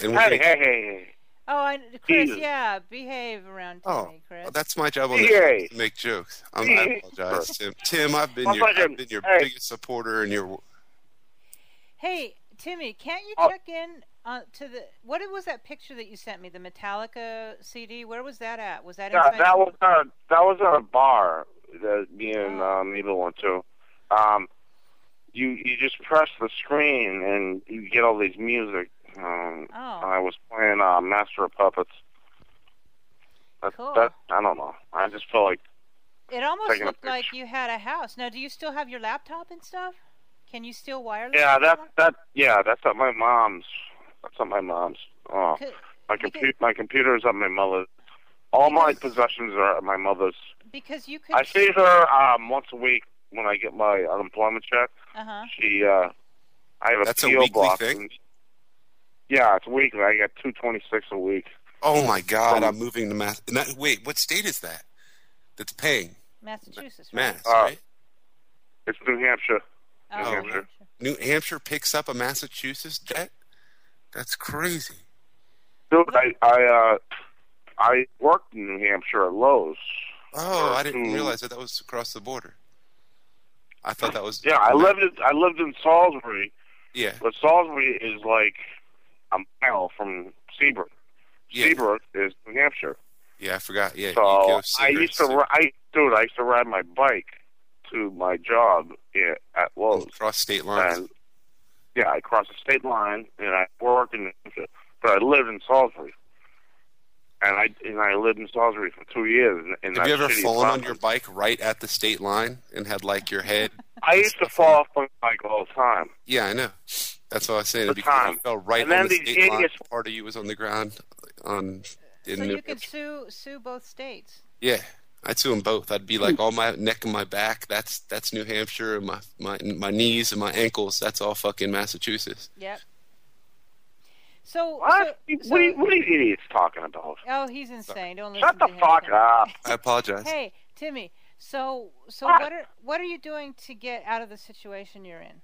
Speaker 3: and we're
Speaker 4: Hey,
Speaker 3: gonna-
Speaker 4: hey, hey,
Speaker 2: oh, I, Chris,
Speaker 4: Jesus.
Speaker 2: yeah, behave around
Speaker 3: Oh,
Speaker 2: Timmy, Chris.
Speaker 3: well, that's my job on the
Speaker 4: Yay.
Speaker 3: show, to make jokes. I'm, I
Speaker 4: Yay.
Speaker 3: apologize, Tim. Tim, I've been
Speaker 4: My
Speaker 3: your
Speaker 4: pleasure.
Speaker 3: I've been your
Speaker 4: Hey.
Speaker 3: biggest supporter and your
Speaker 2: hey, Timmy, can't you
Speaker 4: Oh.
Speaker 2: check in uh, to the what was that picture that you sent me? The Metallica CD. Where was that at? Was that
Speaker 4: hey. Yeah,
Speaker 2: inside?
Speaker 4: Uh, that was our that was our bar that me and
Speaker 2: Oh.
Speaker 4: uh, Mabel went to. Um, you you just press the screen and you get all these music. Um,
Speaker 2: Oh,
Speaker 4: I was playing uh, Master of Puppets. That,
Speaker 2: Cool.
Speaker 4: that I don't know. I just feel like
Speaker 2: it almost
Speaker 4: taking a
Speaker 2: looked like
Speaker 4: picture.
Speaker 2: you had a house. Now, do you still have your laptop and stuff? Can you still wireless?
Speaker 4: yeah,
Speaker 2: your
Speaker 4: that
Speaker 2: one?
Speaker 4: that yeah, that's at my mom's. That's at my mom's. Oh,
Speaker 2: Could-
Speaker 4: my
Speaker 2: because-
Speaker 4: computer my computer is at my mother's. All my
Speaker 2: Because-
Speaker 4: possessions are at my mother's.
Speaker 2: Because you could.
Speaker 4: I see her um, once a week when I get my unemployment check.
Speaker 2: Uh huh.
Speaker 4: She uh, I have a
Speaker 3: That's a
Speaker 4: PO
Speaker 3: weekly
Speaker 4: box.
Speaker 3: thing?
Speaker 4: and- yeah, it's weekly. I get two twenty six a week.
Speaker 3: Oh my God!
Speaker 4: From-
Speaker 3: I'm moving to Mass. and that- wait, what state is that? That's paying
Speaker 2: Massachusetts. Right?
Speaker 3: Mass,
Speaker 4: Uh,
Speaker 3: right?
Speaker 4: It's New Hampshire.
Speaker 2: Oh,
Speaker 3: New
Speaker 2: okay,
Speaker 4: Hampshire.
Speaker 2: sure.
Speaker 3: New Hampshire picks up a Massachusetts debt. That's crazy.
Speaker 4: Dude, I I uh, I worked in New Hampshire at Lowe's.
Speaker 3: Oh, I didn't
Speaker 4: Hmm.
Speaker 3: realize that that was across the border. I thought that was
Speaker 4: Yeah, I lived in I lived in Salisbury,
Speaker 3: Yeah,
Speaker 4: but Salisbury is like a mile from Seabrook.
Speaker 3: yeah,
Speaker 4: Seabrook is New Hampshire.
Speaker 3: yeah. I forgot. Yeah, you
Speaker 4: So
Speaker 3: go
Speaker 4: I
Speaker 3: cigarette
Speaker 4: used to
Speaker 3: stick
Speaker 4: ri- I dude, I used to ride my bike to my job at, at Lowe's,
Speaker 3: across state lines.
Speaker 4: and yeah, I crossed the state line, and I worked in New Hampshire, but I lived in Salisbury. And I and I lived in Salisbury for two years. In, in
Speaker 3: Have
Speaker 4: that
Speaker 3: you ever
Speaker 4: shitty
Speaker 3: fallen on
Speaker 4: apartment.
Speaker 3: your bike right at the state line and had like your head?
Speaker 4: I used to fall off my bike all the time.
Speaker 3: Yeah, I know. That's what I was saying.
Speaker 4: The
Speaker 3: because
Speaker 4: time.
Speaker 3: you fell right
Speaker 4: And then
Speaker 3: on the
Speaker 4: these
Speaker 3: state line.
Speaker 4: idiots-
Speaker 3: Part of you was on the ground. On in
Speaker 2: So
Speaker 3: New
Speaker 2: you could
Speaker 3: Hampshire.
Speaker 2: sue sue both states.
Speaker 3: yeah, I'd sue them both. I'd be
Speaker 4: Hmm.
Speaker 3: like all my neck and my back. That's that's New Hampshire, and my my my knees and my ankles. That's all fucking Massachusetts.
Speaker 2: Yep. So,
Speaker 4: What?
Speaker 2: so-
Speaker 4: what,
Speaker 2: so-
Speaker 4: are, what are you idiots talking about?
Speaker 2: oh, he's insane. Don't listen
Speaker 4: Shut the
Speaker 2: to him,
Speaker 4: fuck
Speaker 2: Timmy.
Speaker 4: up.
Speaker 3: I apologize.
Speaker 2: Hey, Timmy. So, so
Speaker 4: What?
Speaker 2: what are what are you doing to get out of the situation you're in?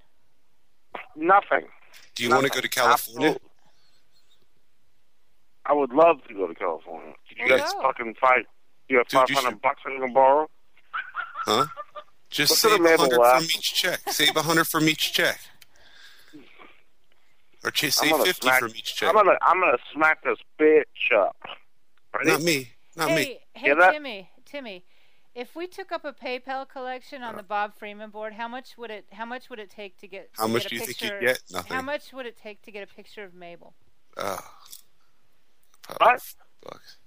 Speaker 4: Nothing.
Speaker 3: Do you want to go to California?
Speaker 4: Absolutely. I would love to go to California. You
Speaker 2: Well,
Speaker 4: guys
Speaker 2: go.
Speaker 4: fucking five. You have
Speaker 3: Dude,
Speaker 4: five
Speaker 3: you
Speaker 4: hundred bucks I can borrow.
Speaker 3: Huh? Just
Speaker 4: Look at
Speaker 3: save a
Speaker 4: the label
Speaker 3: hundred
Speaker 4: laugh.
Speaker 3: from each check. Save a hundred from each check. Or ch-
Speaker 4: I'm
Speaker 3: save
Speaker 4: gonna
Speaker 3: fifty
Speaker 4: smack.
Speaker 3: from each check.
Speaker 4: I'm gonna I'm gonna smack this bitch up. Ready?
Speaker 3: Not me. Not me.
Speaker 2: Hey, hey,
Speaker 4: Hear that?
Speaker 2: Timmy, Timmy, if we took up a PayPal collection on the Bob Freeman board, how much would it? How much would it take to get?
Speaker 3: How
Speaker 2: to
Speaker 3: much
Speaker 2: get a
Speaker 3: do you think
Speaker 2: picture-
Speaker 3: you'd get? Nothing.
Speaker 2: How much would it take to get a picture of Mabel?
Speaker 3: Oh.
Speaker 4: What?
Speaker 3: Bucks.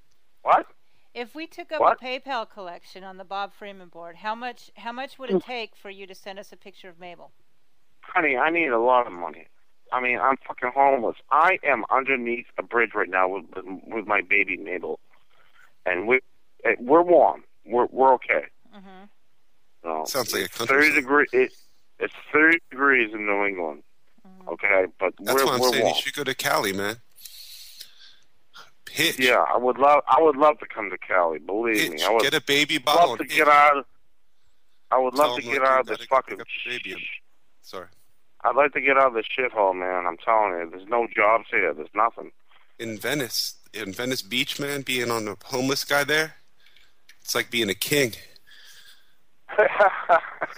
Speaker 4: What?
Speaker 2: If we took up
Speaker 4: What?
Speaker 2: a PayPal collection on the Bob Freeman board, how much? How much would it take for you to send us a picture of Mabel?
Speaker 4: Honey, I need a lot of money. I mean, I'm fucking homeless. I am underneath a bridge right now with with my baby Mabel, and we eh, we're warm. We're we're okay.
Speaker 2: Mm-hmm.
Speaker 4: No,
Speaker 3: Sounds like a country
Speaker 4: thirty
Speaker 3: song.
Speaker 4: degree. It, it's thirty degrees in New England. Okay, but
Speaker 3: That's
Speaker 4: we're
Speaker 3: why I'm
Speaker 4: we're
Speaker 3: saying
Speaker 4: warm.
Speaker 3: you should go to Cali, man. Pitch.
Speaker 4: Yeah, I would love I would love to come to Cali. Believe
Speaker 3: Pitch.
Speaker 4: me, I would
Speaker 3: Get a baby bottle.
Speaker 4: love to
Speaker 3: and pitch.
Speaker 4: get out. I would
Speaker 3: Tell
Speaker 4: love to
Speaker 3: 'em,
Speaker 4: get
Speaker 3: like, you
Speaker 4: out of this
Speaker 3: gotta go
Speaker 4: fucking.
Speaker 3: pick up the baby and-
Speaker 4: sh-
Speaker 3: Sorry.
Speaker 4: I'd like to get out of this shithole, man. I'm telling you, there's no jobs here. There's nothing.
Speaker 3: in Venice, in Venice Beach, man, being on a homeless guy there, it's like being a king.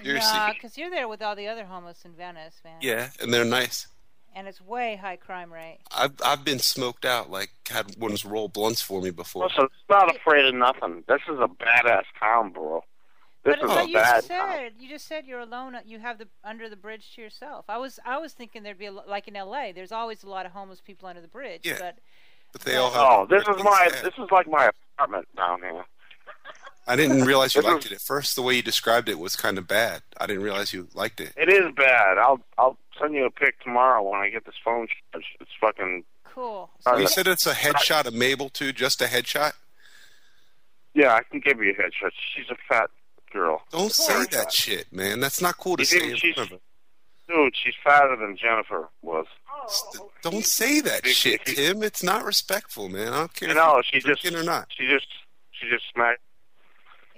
Speaker 3: Seriously.
Speaker 2: because you're there with all the other homeless in Venice, man.
Speaker 3: Yeah, and they're nice.
Speaker 2: And it's way high crime rate.
Speaker 3: I've I've been smoked out, like had ones roll blunts for me before.
Speaker 4: Listen, it's not afraid of nothing. This is a badass town, bro. This
Speaker 2: But,
Speaker 4: is
Speaker 2: but
Speaker 4: a
Speaker 2: you
Speaker 4: bad
Speaker 2: just
Speaker 4: town.
Speaker 2: said you just said you're alone. uh, You have the under the bridge to yourself. I was I was thinking there'd be a, lo- like in L.A. There's always a lot of homeless people under the bridge.
Speaker 3: Yeah.
Speaker 2: But
Speaker 3: But they all have.
Speaker 4: Oh, this
Speaker 3: different
Speaker 4: is my
Speaker 3: things.
Speaker 4: this is like my apartment down here.
Speaker 3: I didn't realize you
Speaker 4: this
Speaker 3: liked
Speaker 4: is-
Speaker 3: it at first. The way you described it was kind of bad. I didn't realize you liked it.
Speaker 4: It is bad. I'll I'll send you a pic tomorrow when I get this phone charged. It's fucking
Speaker 2: cool.
Speaker 4: Uh,
Speaker 3: You said it's a headshot of Mabel too, just a headshot.
Speaker 4: yeah. I can give you a headshot. She's a fat girl.
Speaker 3: Don't say
Speaker 4: Sorry.
Speaker 3: that shit, man. That's not cool to
Speaker 4: You
Speaker 3: say.
Speaker 4: think
Speaker 3: in
Speaker 4: she's-
Speaker 3: front of
Speaker 4: Dude, she's fatter than Jennifer was.
Speaker 3: us. Don't say that shit, Tim. It's not respectful, man. I don't care.
Speaker 4: You
Speaker 3: if
Speaker 4: know,
Speaker 3: you're
Speaker 4: she just
Speaker 3: drinking or not.
Speaker 4: she just she just smacked.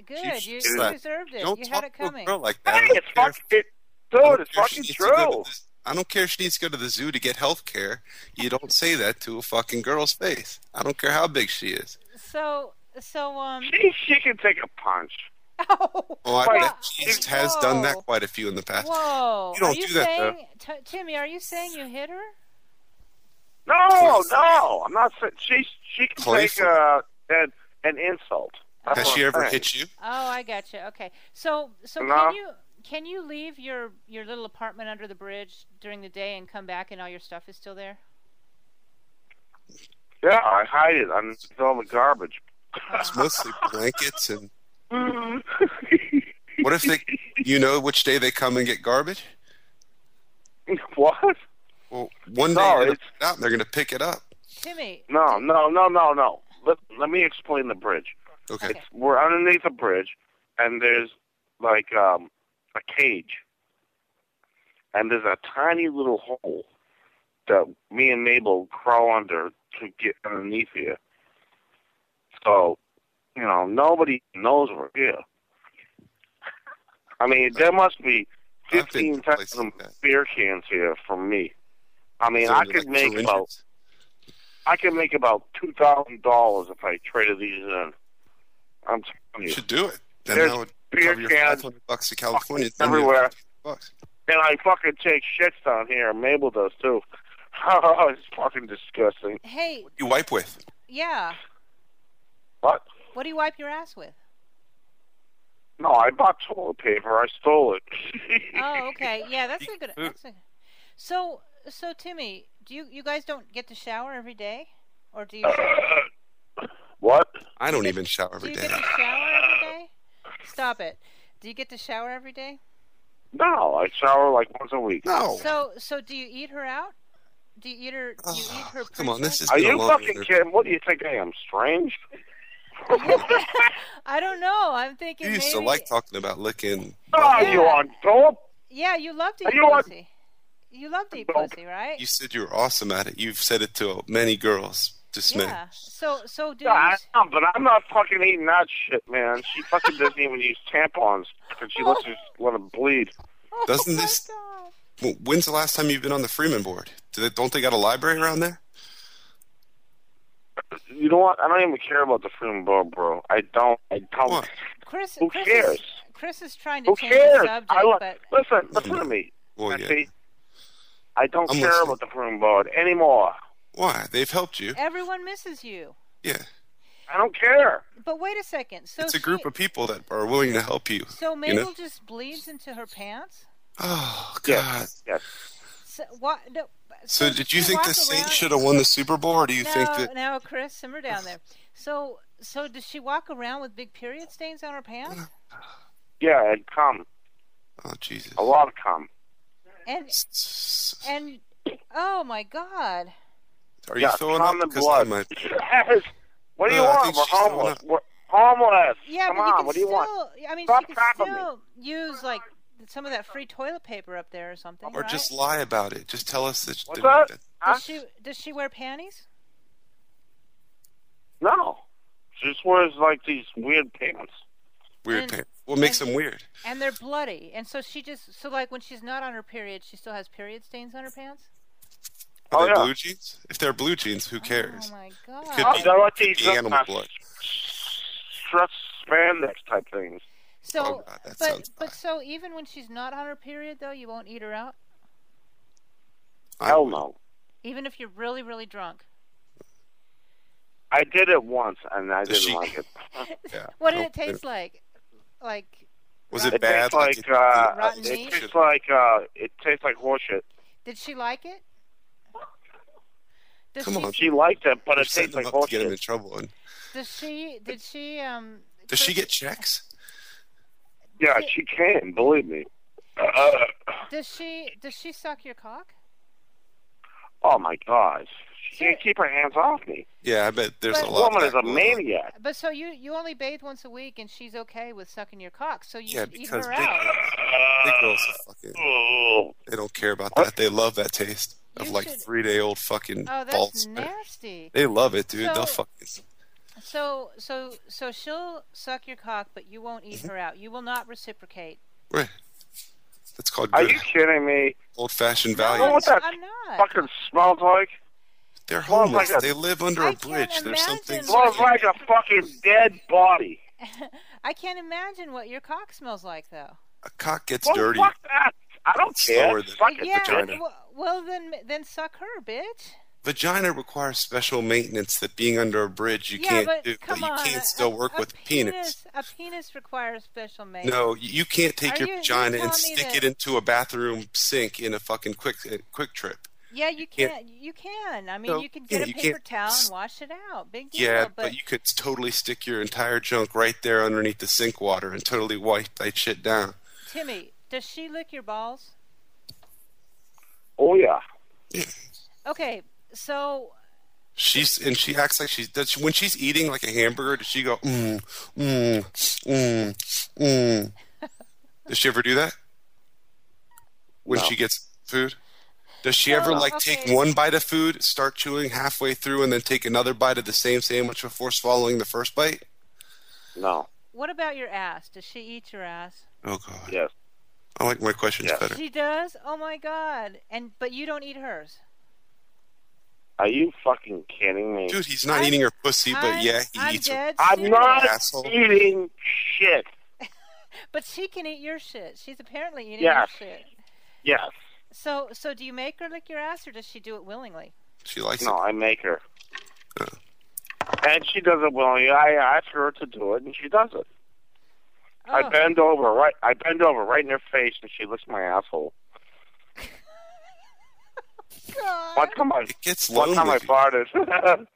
Speaker 2: Good.
Speaker 3: She
Speaker 2: You,
Speaker 3: said
Speaker 2: you
Speaker 3: that.
Speaker 2: deserved it.
Speaker 3: Don't
Speaker 2: you
Speaker 3: talk
Speaker 2: had it
Speaker 3: to a
Speaker 2: coming.
Speaker 3: girl like that. I
Speaker 4: Hey,
Speaker 3: don't
Speaker 4: it's
Speaker 3: care if-
Speaker 4: fucking it,
Speaker 3: I don't
Speaker 4: dude. It's
Speaker 3: care if she
Speaker 4: fucking
Speaker 3: needs to go to
Speaker 4: true.
Speaker 3: the- I don't care if she needs to go to the zoo to get health care. You don't say that to a fucking girl's face. I don't care how big she is.
Speaker 2: So so um.
Speaker 4: She she can take a punch.
Speaker 2: Oh,
Speaker 3: Oh, I
Speaker 4: Right.
Speaker 3: bet she has done that
Speaker 2: Whoa.
Speaker 3: quite a few in the past.
Speaker 2: whoa.
Speaker 3: You don't
Speaker 2: are you
Speaker 3: do that, though.
Speaker 2: saying, T- Timmy? Are you saying you hit her?
Speaker 4: No, no, I'm not. sa- She she can
Speaker 3: Playful.
Speaker 4: take uh, an an insult. That's
Speaker 3: Has
Speaker 4: what
Speaker 3: she
Speaker 4: I'm
Speaker 3: ever
Speaker 4: saying.
Speaker 3: hit you?
Speaker 2: Oh, I gotcha. Okay. So so
Speaker 4: No.
Speaker 2: can you can you leave your your little apartment under the bridge during the day and come back and all your stuff is still there?
Speaker 4: Yeah, I hide it. I'm it's all the garbage.
Speaker 3: It's mostly blankets and.
Speaker 4: what?
Speaker 3: What if they? You know which day they come and get garbage? Well, one day
Speaker 4: No,
Speaker 3: they're gonna
Speaker 4: it's-
Speaker 3: put it out and they're going to pick it up.
Speaker 2: Timmy.
Speaker 4: No, no, no, no, no. Let let me explain the bridge.
Speaker 3: Okay.
Speaker 2: Okay.
Speaker 4: We're underneath a bridge, and there's like um, a cage, and there's a tiny little hole that me and Mabel crawl under to get underneath here. So, you know, nobody knows we're here. I mean, there must be
Speaker 3: I've been
Speaker 4: fifteen
Speaker 3: to places
Speaker 4: thousand
Speaker 3: like that.
Speaker 4: beer cans here from me. I mean,
Speaker 3: They're
Speaker 4: I
Speaker 3: like
Speaker 4: could make
Speaker 3: syringes.
Speaker 4: about I could make about two thousand dollars if I traded these in. I'm telling
Speaker 3: You
Speaker 4: you.
Speaker 3: should do it. Then
Speaker 4: There's
Speaker 3: that would
Speaker 4: beer
Speaker 3: cover your
Speaker 4: cans
Speaker 3: 500 bucks to California.
Speaker 4: fucking
Speaker 3: then you have
Speaker 4: everywhere.
Speaker 3: 500 Bucks.
Speaker 4: And I fucking take shits down here. and Mabel does too. Oh, it's fucking disgusting.
Speaker 2: Hey,
Speaker 3: You wipe with.
Speaker 2: yeah.
Speaker 4: What?
Speaker 2: What do you wipe your ass with?
Speaker 4: No, I bought toilet paper. I stole it.
Speaker 2: Oh, okay. Yeah, that's a good. That's a, so so Timmy, do you you guys don't get to shower every day, or do you?
Speaker 4: what?
Speaker 3: I don't even shower
Speaker 2: Do
Speaker 3: Uh, every
Speaker 2: you
Speaker 3: day.
Speaker 2: get to shower every day? Stop it. Do you get to shower every day?
Speaker 4: No, I shower like once a week.
Speaker 3: No.
Speaker 2: So so do you eat her out? Do you eat her? Do you eat her?
Speaker 3: Oh, come on, this
Speaker 2: personally?
Speaker 3: is been
Speaker 4: Are
Speaker 3: a
Speaker 4: you
Speaker 3: long
Speaker 4: fucking
Speaker 3: interview.
Speaker 4: kidding? What do you think I am, strange?
Speaker 2: I don't know. I'm thinking.
Speaker 3: You used to
Speaker 2: maybe-
Speaker 3: like talking about licking.
Speaker 4: Oh,
Speaker 2: Yeah.
Speaker 4: you on dope?
Speaker 2: Yeah, you love to
Speaker 4: Are
Speaker 2: eat
Speaker 4: you on-
Speaker 2: pussy. You love to eat
Speaker 4: Nope.
Speaker 2: pussy, right?
Speaker 3: You said you were awesome at it. You've said it to many girls. Just me.
Speaker 2: yeah. So so do
Speaker 4: Yeah, I
Speaker 2: you?
Speaker 4: am, but I'm not fucking eating that shit, man. She fucking doesn't even use tampons because she lets her let it bleed.
Speaker 3: Doesn't
Speaker 2: oh my
Speaker 3: this-
Speaker 2: God.
Speaker 3: W- When's the last time you've been on the Freeman board? Do they, don't they got a library around there?
Speaker 4: You know what? I don't even care about the Freeman Boat, bro. I don't. I don't.
Speaker 2: Chris,
Speaker 4: Who
Speaker 2: Chris
Speaker 4: cares?
Speaker 2: Is, Chris is trying to
Speaker 4: Who
Speaker 2: change
Speaker 4: cares?
Speaker 2: the subject,
Speaker 4: I li-
Speaker 2: but
Speaker 4: listen, listen to me.
Speaker 3: Well, yeah.
Speaker 4: Nancy. I don't
Speaker 3: I'm
Speaker 4: care
Speaker 3: listening.
Speaker 4: about the Freeman Boat anymore.
Speaker 3: Why? They've helped you.
Speaker 2: everyone misses you.
Speaker 3: Yeah.
Speaker 4: I don't care.
Speaker 2: But wait a second. So
Speaker 3: It's a
Speaker 2: she-
Speaker 3: group of people that are willing to help you.
Speaker 2: So
Speaker 3: you
Speaker 2: Mabel
Speaker 3: know?
Speaker 2: just bleeds into her pants.
Speaker 3: Oh, God.
Speaker 4: Yes, yes.
Speaker 2: So, why, no,
Speaker 3: So, did you
Speaker 2: she
Speaker 3: think the
Speaker 2: walked
Speaker 3: Saints
Speaker 2: around-
Speaker 3: should have won the Super Bowl, or do you
Speaker 2: now,
Speaker 3: think that.
Speaker 2: now, Chris, simmer down there. So, so does she walk around with big period stains on her pants?
Speaker 4: Yeah, and come
Speaker 3: Oh, Jesus.
Speaker 4: a lot of come.
Speaker 2: And
Speaker 3: S- s-
Speaker 2: and oh my God,
Speaker 3: Are you
Speaker 4: yeah,
Speaker 3: throwing up?
Speaker 4: cum and
Speaker 3: Because I
Speaker 4: blood.
Speaker 3: might.
Speaker 4: Yes. What do you
Speaker 5: Uh,
Speaker 3: No, I
Speaker 4: want?
Speaker 3: think
Speaker 4: We're
Speaker 3: she's throwing
Speaker 4: homeless.
Speaker 3: up.
Speaker 4: We're homeless.
Speaker 2: yeah,
Speaker 4: come
Speaker 2: but you
Speaker 4: on.
Speaker 2: can
Speaker 4: What do you
Speaker 2: still.
Speaker 4: want?
Speaker 2: I mean,
Speaker 4: Stop
Speaker 2: she can
Speaker 4: tapping me.
Speaker 2: still use like some of that free toilet paper up there or something,
Speaker 3: Or
Speaker 2: right?
Speaker 3: just lie about it. Just tell us that.
Speaker 4: What's that? Huh?
Speaker 2: Does she does she wear panties?
Speaker 4: No. She just wears like these weird pants.
Speaker 3: Weird
Speaker 2: And-
Speaker 3: pain. What makes
Speaker 2: and-
Speaker 3: them weird?
Speaker 2: And they're bloody, and so she just so like when she's not on her period, she still has period stains on her pants.
Speaker 3: Are
Speaker 4: Oh,
Speaker 3: they
Speaker 4: yeah.
Speaker 3: blue jeans? If they're blue jeans, who cares?
Speaker 2: Oh my God.
Speaker 3: could
Speaker 4: Oh,
Speaker 3: be-
Speaker 4: they're like
Speaker 3: could
Speaker 4: these
Speaker 3: be
Speaker 4: uh,
Speaker 3: animal blood.
Speaker 4: Stress spandex type things.
Speaker 2: So,
Speaker 3: Oh, God, that
Speaker 2: but
Speaker 3: sounds
Speaker 2: but
Speaker 3: bad.
Speaker 2: so even when she's not on her period, though, you won't eat her out,
Speaker 3: I
Speaker 4: Hell
Speaker 3: would-
Speaker 4: no.
Speaker 2: even if you're really really drunk.
Speaker 4: I did it once and I
Speaker 3: The
Speaker 4: didn't
Speaker 3: chic.
Speaker 4: like it.
Speaker 3: Yeah.
Speaker 2: What did
Speaker 3: Uh, Nope.
Speaker 2: it taste like? Like
Speaker 3: Was
Speaker 2: It
Speaker 3: it
Speaker 4: It
Speaker 3: bad?
Speaker 4: tastes like,
Speaker 3: it-
Speaker 4: uh,
Speaker 2: rotten
Speaker 3: it-
Speaker 2: meat?
Speaker 4: it tastes like uh, it tastes like horseshit.
Speaker 2: did she like it? Does
Speaker 3: Come
Speaker 2: she,
Speaker 3: on.
Speaker 4: She liked it, but
Speaker 3: You're
Speaker 4: it tastes
Speaker 3: setting them
Speaker 4: like
Speaker 3: up to get him
Speaker 4: horseshit.
Speaker 3: in trouble. And
Speaker 2: Does she? Did she? Um.
Speaker 3: does she
Speaker 2: Chris-
Speaker 3: get checks?
Speaker 4: Yeah, she can. Believe me. Uh,
Speaker 2: Does she? Does she suck your cock?
Speaker 4: oh my gosh, she can't keep her hands off me.
Speaker 3: Yeah, I bet there's
Speaker 2: But-
Speaker 3: a
Speaker 4: The
Speaker 3: lot.
Speaker 4: woman is
Speaker 3: of
Speaker 4: a
Speaker 3: that.
Speaker 4: maniac.
Speaker 2: But so you you only bathe once a week, and she's okay with sucking your cock. So you
Speaker 3: Yeah,
Speaker 2: should eat
Speaker 3: because
Speaker 2: her
Speaker 3: big,
Speaker 2: out.
Speaker 4: Uh,
Speaker 3: big girls are fucking.
Speaker 4: Ugh.
Speaker 3: They don't care about
Speaker 4: What?
Speaker 3: that. They love that taste of
Speaker 2: You
Speaker 3: like
Speaker 2: should-
Speaker 3: three day old fucking
Speaker 2: Oh, that's
Speaker 3: balls.
Speaker 2: nasty.
Speaker 3: They love it, dude.
Speaker 2: So-
Speaker 3: They'll fucking.
Speaker 2: So so so she'll suck your cock, but you won't
Speaker 3: Mm-hmm.
Speaker 2: eat her out. You will not reciprocate.
Speaker 3: Right. That's called
Speaker 4: Are
Speaker 3: good
Speaker 4: you kidding me?
Speaker 3: old fashioned
Speaker 2: No,
Speaker 3: values.
Speaker 4: what that
Speaker 2: I'm not.
Speaker 4: Fucking smells like
Speaker 3: They're
Speaker 4: Well, it's
Speaker 3: homeless.
Speaker 4: like a-
Speaker 3: they live under
Speaker 2: I
Speaker 3: a
Speaker 2: can't
Speaker 3: bridge. There's something.
Speaker 2: imagine
Speaker 4: smells like a fucking dead body.
Speaker 2: I can't imagine what your cock smells like, though.
Speaker 3: A cock gets
Speaker 4: Well,
Speaker 3: dirty.
Speaker 4: Oh, fuck that. I don't
Speaker 3: It's
Speaker 4: care.
Speaker 3: slower than-
Speaker 4: Fuck it.
Speaker 2: yeah.
Speaker 3: vagina.
Speaker 2: w- well, then, then suck her, bitch.
Speaker 3: Vagina requires special maintenance that being under a bridge you
Speaker 2: yeah,
Speaker 3: can't
Speaker 2: but
Speaker 3: do.
Speaker 2: come
Speaker 3: but you
Speaker 2: on.
Speaker 3: can't
Speaker 2: a-
Speaker 3: still work
Speaker 2: a
Speaker 3: with
Speaker 2: penis. A penis requires special maintenance.
Speaker 3: No, you- you can't take
Speaker 2: Are
Speaker 3: your
Speaker 2: you- you
Speaker 3: vagina and
Speaker 2: telling me
Speaker 3: stick
Speaker 2: that-
Speaker 3: it into a bathroom sink in a fucking quick uh, quick trip.
Speaker 2: Yeah, you
Speaker 3: can't-
Speaker 2: can. You can. I mean,
Speaker 3: No,
Speaker 2: you can
Speaker 3: yeah,
Speaker 2: get
Speaker 3: you
Speaker 2: a paper
Speaker 3: can't-
Speaker 2: towel and wash it out. Big deal.
Speaker 3: Yeah,
Speaker 2: but
Speaker 3: but you could totally stick your entire junk right there underneath the sink water and totally wipe that shit down.
Speaker 2: Timmy, does she lick your balls?
Speaker 4: Oh yeah.
Speaker 2: Okay, so
Speaker 3: She's and she acts like she's does she, when she's eating like a hamburger. Does she go mm mm mm mm? Does she ever do that when
Speaker 4: No.
Speaker 3: she gets food? Does she
Speaker 2: No,
Speaker 3: ever like
Speaker 2: okay.
Speaker 3: take one bite of food, start chewing halfway through, and then take another bite of the same sandwich before swallowing the first bite?
Speaker 4: No.
Speaker 2: what about your ass? Does she eat your ass?
Speaker 3: Oh god,
Speaker 4: Yes.
Speaker 3: I like my questions
Speaker 4: Yeah.
Speaker 3: better.
Speaker 2: She does. Oh my God! And but you don't eat hers.
Speaker 4: Are you fucking kidding me?
Speaker 3: Dude, he's not
Speaker 2: I'm-
Speaker 3: eating her pussy, but
Speaker 2: I'm-
Speaker 3: yeah, he
Speaker 2: I'm
Speaker 3: eats her.
Speaker 2: dead
Speaker 4: I'm
Speaker 2: serious.
Speaker 4: not
Speaker 3: Asshole.
Speaker 4: eating shit.
Speaker 2: But she can eat your shit. She's apparently eating
Speaker 4: Yes.
Speaker 2: your shit.
Speaker 4: Yes.
Speaker 2: So, so do you make her lick your ass, or does she do it willingly?
Speaker 3: She likes
Speaker 4: No,
Speaker 3: it.
Speaker 4: Oh, I make her.
Speaker 3: Uh.
Speaker 4: And she does it willingly. I ask her to do it, and she does it. I
Speaker 2: Oh,
Speaker 4: bend over right. I bend over right in her face, and she licks my asshole.
Speaker 2: God.
Speaker 4: One time I,
Speaker 3: It gets
Speaker 4: one time I
Speaker 3: lonely.
Speaker 4: farted.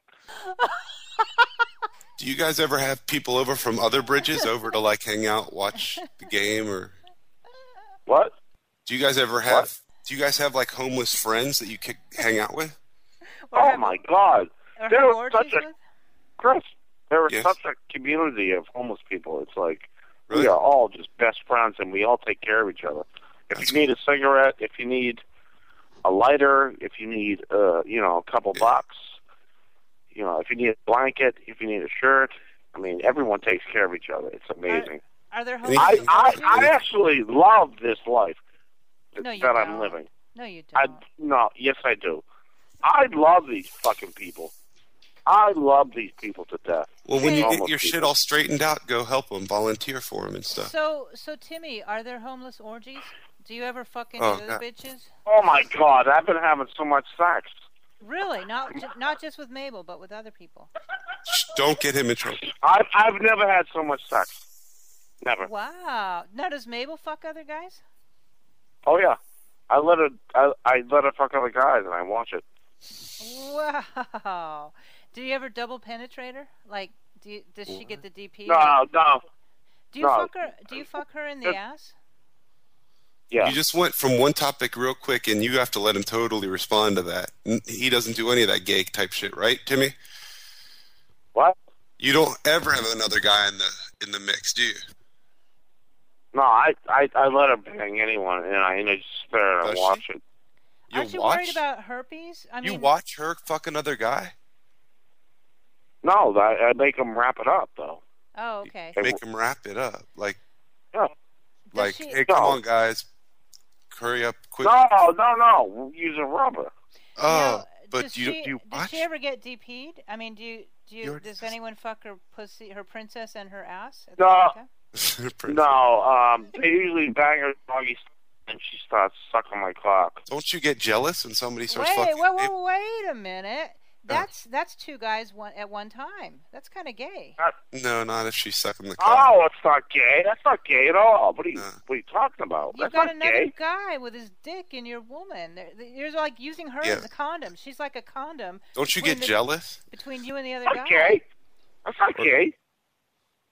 Speaker 3: Do you guys ever have people over from other bridges over to like hang out, watch the game, or
Speaker 4: what?
Speaker 3: Do you guys ever have? Do you guys have like homeless friends that you kick, hang out with?
Speaker 2: Or
Speaker 4: oh
Speaker 2: have-
Speaker 4: my god,
Speaker 2: or
Speaker 4: there
Speaker 2: have
Speaker 4: was
Speaker 2: orgies
Speaker 4: such a-
Speaker 2: with?
Speaker 4: Chris! There is
Speaker 3: Yes.
Speaker 4: such a community of homeless people. It's like
Speaker 3: Really?
Speaker 4: we are all just best friends, and we all take care of each other. If
Speaker 3: That's
Speaker 4: you need a cigarette, if you need a lighter, if you need uh, you know a couple
Speaker 3: Yeah.
Speaker 4: bucks, you know if you need a blanket, if you need a shirt. I mean, everyone takes care of each other. It's amazing.
Speaker 2: Are there homeless?
Speaker 3: Anything.
Speaker 4: I,
Speaker 2: with
Speaker 4: I,
Speaker 2: orgies?
Speaker 4: I actually love this life th-
Speaker 2: No, you
Speaker 4: that I'm
Speaker 2: don't.
Speaker 4: living.
Speaker 2: No, you don't.
Speaker 4: I no, yes I do. I love these fucking people. I love these people to death.
Speaker 3: Well, when you get
Speaker 4: Homeless
Speaker 3: your shit
Speaker 4: people.
Speaker 3: all straightened out, go help them, volunteer for them and stuff.
Speaker 2: So, so Timmy, are there homeless orgies? Do you ever fuck any
Speaker 3: Oh,
Speaker 2: other
Speaker 3: God.
Speaker 2: bitches?
Speaker 4: Oh my god, I've been having so much sex.
Speaker 2: Really? Not ju- not just with Mabel, but with other people.
Speaker 3: Shh, Don't get him in trouble.
Speaker 4: I've I've never had so much sex. Never.
Speaker 2: Wow. Now, does Mabel fuck other guys?
Speaker 4: Oh yeah, I let her I I let her fuck other guys and I watch it.
Speaker 2: Wow. Do you ever double penetrate her? Like, do you, does she get the DP?
Speaker 4: No, Oh, no,
Speaker 2: do you
Speaker 4: no.
Speaker 2: fuck her? Do you fuck her in the
Speaker 4: Just-
Speaker 2: ass?
Speaker 4: yeah.
Speaker 3: You just went from one topic real quick, and you have to let him totally respond to that. N- He doesn't do any of that gay type shit, right, Timmy?
Speaker 4: What?
Speaker 3: You don't ever have another guy in the in the mix, do you?
Speaker 4: No, I I I let her bang anyone and I, and I just stare and
Speaker 3: Does
Speaker 4: watch it.
Speaker 3: You
Speaker 2: Aren't you
Speaker 3: watch.
Speaker 2: worried about herpes? I
Speaker 3: you
Speaker 2: mean,
Speaker 3: watch her fuck another guy.
Speaker 4: No, I, I make them wrap it up though.
Speaker 2: oh, okay.
Speaker 4: Hey,
Speaker 3: Make him wrap it up, like
Speaker 4: Yeah.
Speaker 3: like,
Speaker 2: she-
Speaker 3: hey, come
Speaker 4: No.
Speaker 3: on, guys, hurry up, quick.
Speaker 4: No, no, no. Use a rubber.
Speaker 3: Oh,
Speaker 2: Now,
Speaker 3: but
Speaker 2: does
Speaker 3: you
Speaker 2: she,
Speaker 3: you
Speaker 2: does
Speaker 3: watch.
Speaker 2: she ever get DP'd? I mean, do you do
Speaker 3: You
Speaker 2: you,
Speaker 3: already
Speaker 2: does
Speaker 3: asked.
Speaker 2: anyone fuck her pussy, her princess, and her ass? At
Speaker 4: No.
Speaker 2: The same time?
Speaker 3: Prince,
Speaker 4: No, um, they usually bang her doggy style and she starts sucking my cock.
Speaker 3: Don't you get jealous when somebody starts
Speaker 2: Wait,
Speaker 3: fucking?
Speaker 2: wait, wait, wait a minute. That's that's two guys one at one time. That's kind of gay.
Speaker 3: No, not if she's sucking the cock.
Speaker 4: Oh, it's not gay. That's not gay at all. What are you,
Speaker 3: No.
Speaker 4: what are you talking about?
Speaker 2: You've
Speaker 4: That's
Speaker 2: got
Speaker 4: not
Speaker 2: another
Speaker 4: gay.
Speaker 2: guy with his dick in your woman. There- You're like using her
Speaker 3: Yeah.
Speaker 2: as a condom. She's like a condom
Speaker 3: Don't you
Speaker 2: When
Speaker 3: get
Speaker 2: the-
Speaker 3: jealous?
Speaker 2: between you and the other
Speaker 4: That's
Speaker 2: guy.
Speaker 4: not gay. That's not gay.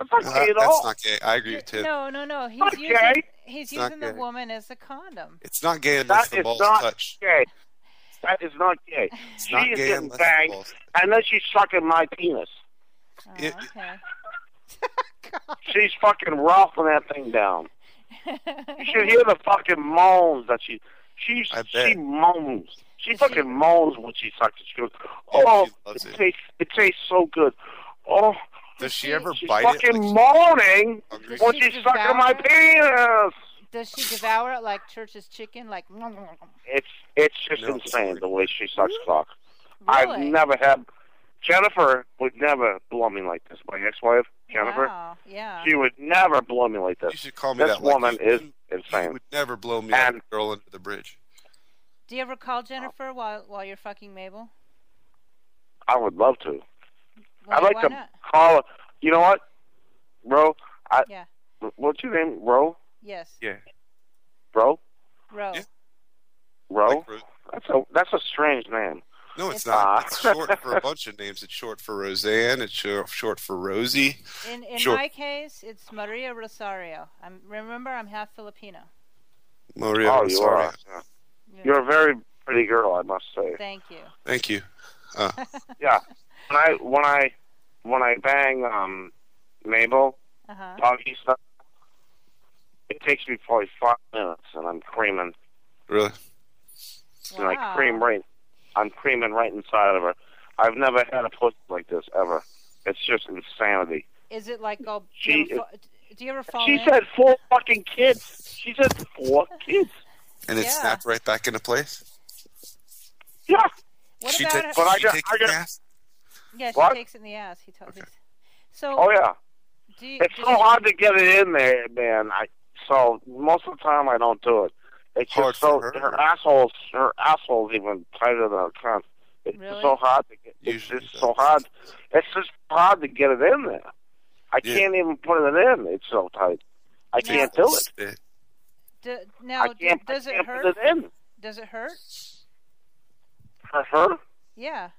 Speaker 4: That's not
Speaker 3: Uh,
Speaker 4: gay at
Speaker 3: that's
Speaker 4: all.
Speaker 3: not gay. I agree with Tim.
Speaker 2: No, no, no. He's
Speaker 4: not
Speaker 2: using
Speaker 4: gay.
Speaker 2: he's
Speaker 3: not
Speaker 2: using the
Speaker 3: gay.
Speaker 2: woman as a condom.
Speaker 3: It's not gay
Speaker 4: That
Speaker 3: unless the
Speaker 4: is
Speaker 3: balls
Speaker 4: not
Speaker 3: touch.
Speaker 4: gay. That is not gay. she
Speaker 3: not
Speaker 4: is
Speaker 3: gay
Speaker 4: getting
Speaker 3: unless the
Speaker 4: banged,
Speaker 3: balls-
Speaker 4: and then she's sucking my penis.
Speaker 2: Oh,
Speaker 3: It-
Speaker 2: okay.
Speaker 4: She's fucking roughing that thing down. You should hear the fucking moans that she she
Speaker 3: I
Speaker 4: she
Speaker 3: bet.
Speaker 4: moans. She
Speaker 2: Is
Speaker 4: fucking
Speaker 2: she-
Speaker 4: moans when she sucks it. She goes,
Speaker 3: Yeah, she
Speaker 4: "Oh,
Speaker 3: loves
Speaker 4: it
Speaker 3: it.
Speaker 4: tastes it tastes so good." Oh,
Speaker 3: Does she
Speaker 2: she-
Speaker 3: ever
Speaker 4: she's
Speaker 3: bite it?
Speaker 4: fucking
Speaker 3: Like
Speaker 4: moaning
Speaker 3: she's hungry?
Speaker 2: Does
Speaker 4: when
Speaker 2: she
Speaker 4: she's sucking my penis.
Speaker 2: Does she devour it like church's chicken? Like really?
Speaker 4: It's it's just
Speaker 3: No,
Speaker 4: insane
Speaker 3: sorry.
Speaker 4: the way she sucks cock. I've never had. Jennifer would never blow me like this. My ex-wife, Jennifer,
Speaker 2: Wow. Yeah.
Speaker 4: she would never blow me like
Speaker 3: You
Speaker 4: this.
Speaker 3: should call me
Speaker 4: This
Speaker 3: that. like,
Speaker 4: woman
Speaker 3: you-
Speaker 4: is
Speaker 3: you- You
Speaker 4: insane.
Speaker 3: would never blow me like
Speaker 4: And-
Speaker 3: a girl under the bridge.
Speaker 2: Do you ever call Jennifer while while you're fucking Mabel?
Speaker 4: I would love to.
Speaker 2: Why,
Speaker 4: I'd like
Speaker 2: why
Speaker 4: to
Speaker 2: not?
Speaker 4: call her. You know what, Ro? I,
Speaker 2: Yeah.
Speaker 4: What's your name, Ro?
Speaker 2: Yes.
Speaker 3: Yeah.
Speaker 4: Ro?
Speaker 2: Ro.
Speaker 3: Yeah.
Speaker 4: Ro?
Speaker 3: Like Ro-
Speaker 4: that's a that's a strange name.
Speaker 3: no, it's
Speaker 2: It's-
Speaker 3: not.
Speaker 4: Ah.
Speaker 3: It's short for a bunch of names. It's short for Roseanne. It's shor- short for Rosie.
Speaker 2: In in
Speaker 3: Sure.
Speaker 2: my case, it's Maria Rosario. I'm remember I'm half Filipino.
Speaker 3: Maria
Speaker 4: oh, you
Speaker 3: Rosario.
Speaker 4: are. Yeah.
Speaker 2: Yeah.
Speaker 4: You're a very pretty girl, I must say.
Speaker 2: Thank you.
Speaker 3: Thank you.
Speaker 4: Yeah. When I when I when I bang um Mabel
Speaker 2: Uh huh.
Speaker 4: doggy stuff, it takes me probably five minutes, and I'm creaming
Speaker 3: Really?
Speaker 4: and
Speaker 2: Ah.
Speaker 4: I cream right. I'm creaming right inside of her. I've never had a pussy like this ever. It's just insanity.
Speaker 2: Is it like all?
Speaker 4: She
Speaker 2: do, you ever fa- do you ever fall
Speaker 4: She
Speaker 2: in?
Speaker 4: said four fucking kids. She said four kids.
Speaker 3: And it
Speaker 2: Yeah.
Speaker 3: snapped right back into place.
Speaker 4: Yeah.
Speaker 2: what
Speaker 3: she
Speaker 2: about
Speaker 3: ta-
Speaker 2: her?
Speaker 4: But I
Speaker 3: she
Speaker 4: got-
Speaker 3: takes
Speaker 4: I got-
Speaker 3: an ass?
Speaker 2: yeah, she
Speaker 4: What?
Speaker 2: takes it in the ass. He told.
Speaker 3: Okay.
Speaker 2: he's- So
Speaker 4: Oh yeah.
Speaker 2: do you,
Speaker 4: It's
Speaker 2: does
Speaker 4: so
Speaker 2: she-
Speaker 4: hard to get it in there, man. I so most of the time I don't do it. It's
Speaker 3: Hard
Speaker 4: just so
Speaker 3: for her.
Speaker 4: asshole's her asshole's even tighter than her cunt. It's just
Speaker 2: Really?
Speaker 4: so hard to get. It's
Speaker 3: Usually
Speaker 4: just
Speaker 3: that's-
Speaker 4: so hard. It's just hard to get it in there. I
Speaker 3: Yeah.
Speaker 4: can't even put it in. It's so tight. I
Speaker 2: Yeah.
Speaker 4: can't do it.
Speaker 3: Spit.
Speaker 2: do-
Speaker 4: I
Speaker 2: now, do-
Speaker 4: can't.
Speaker 2: does
Speaker 4: I
Speaker 2: it
Speaker 4: can't
Speaker 2: hurt?
Speaker 4: put it in.
Speaker 2: Does it hurt?
Speaker 4: For her?
Speaker 2: Yeah.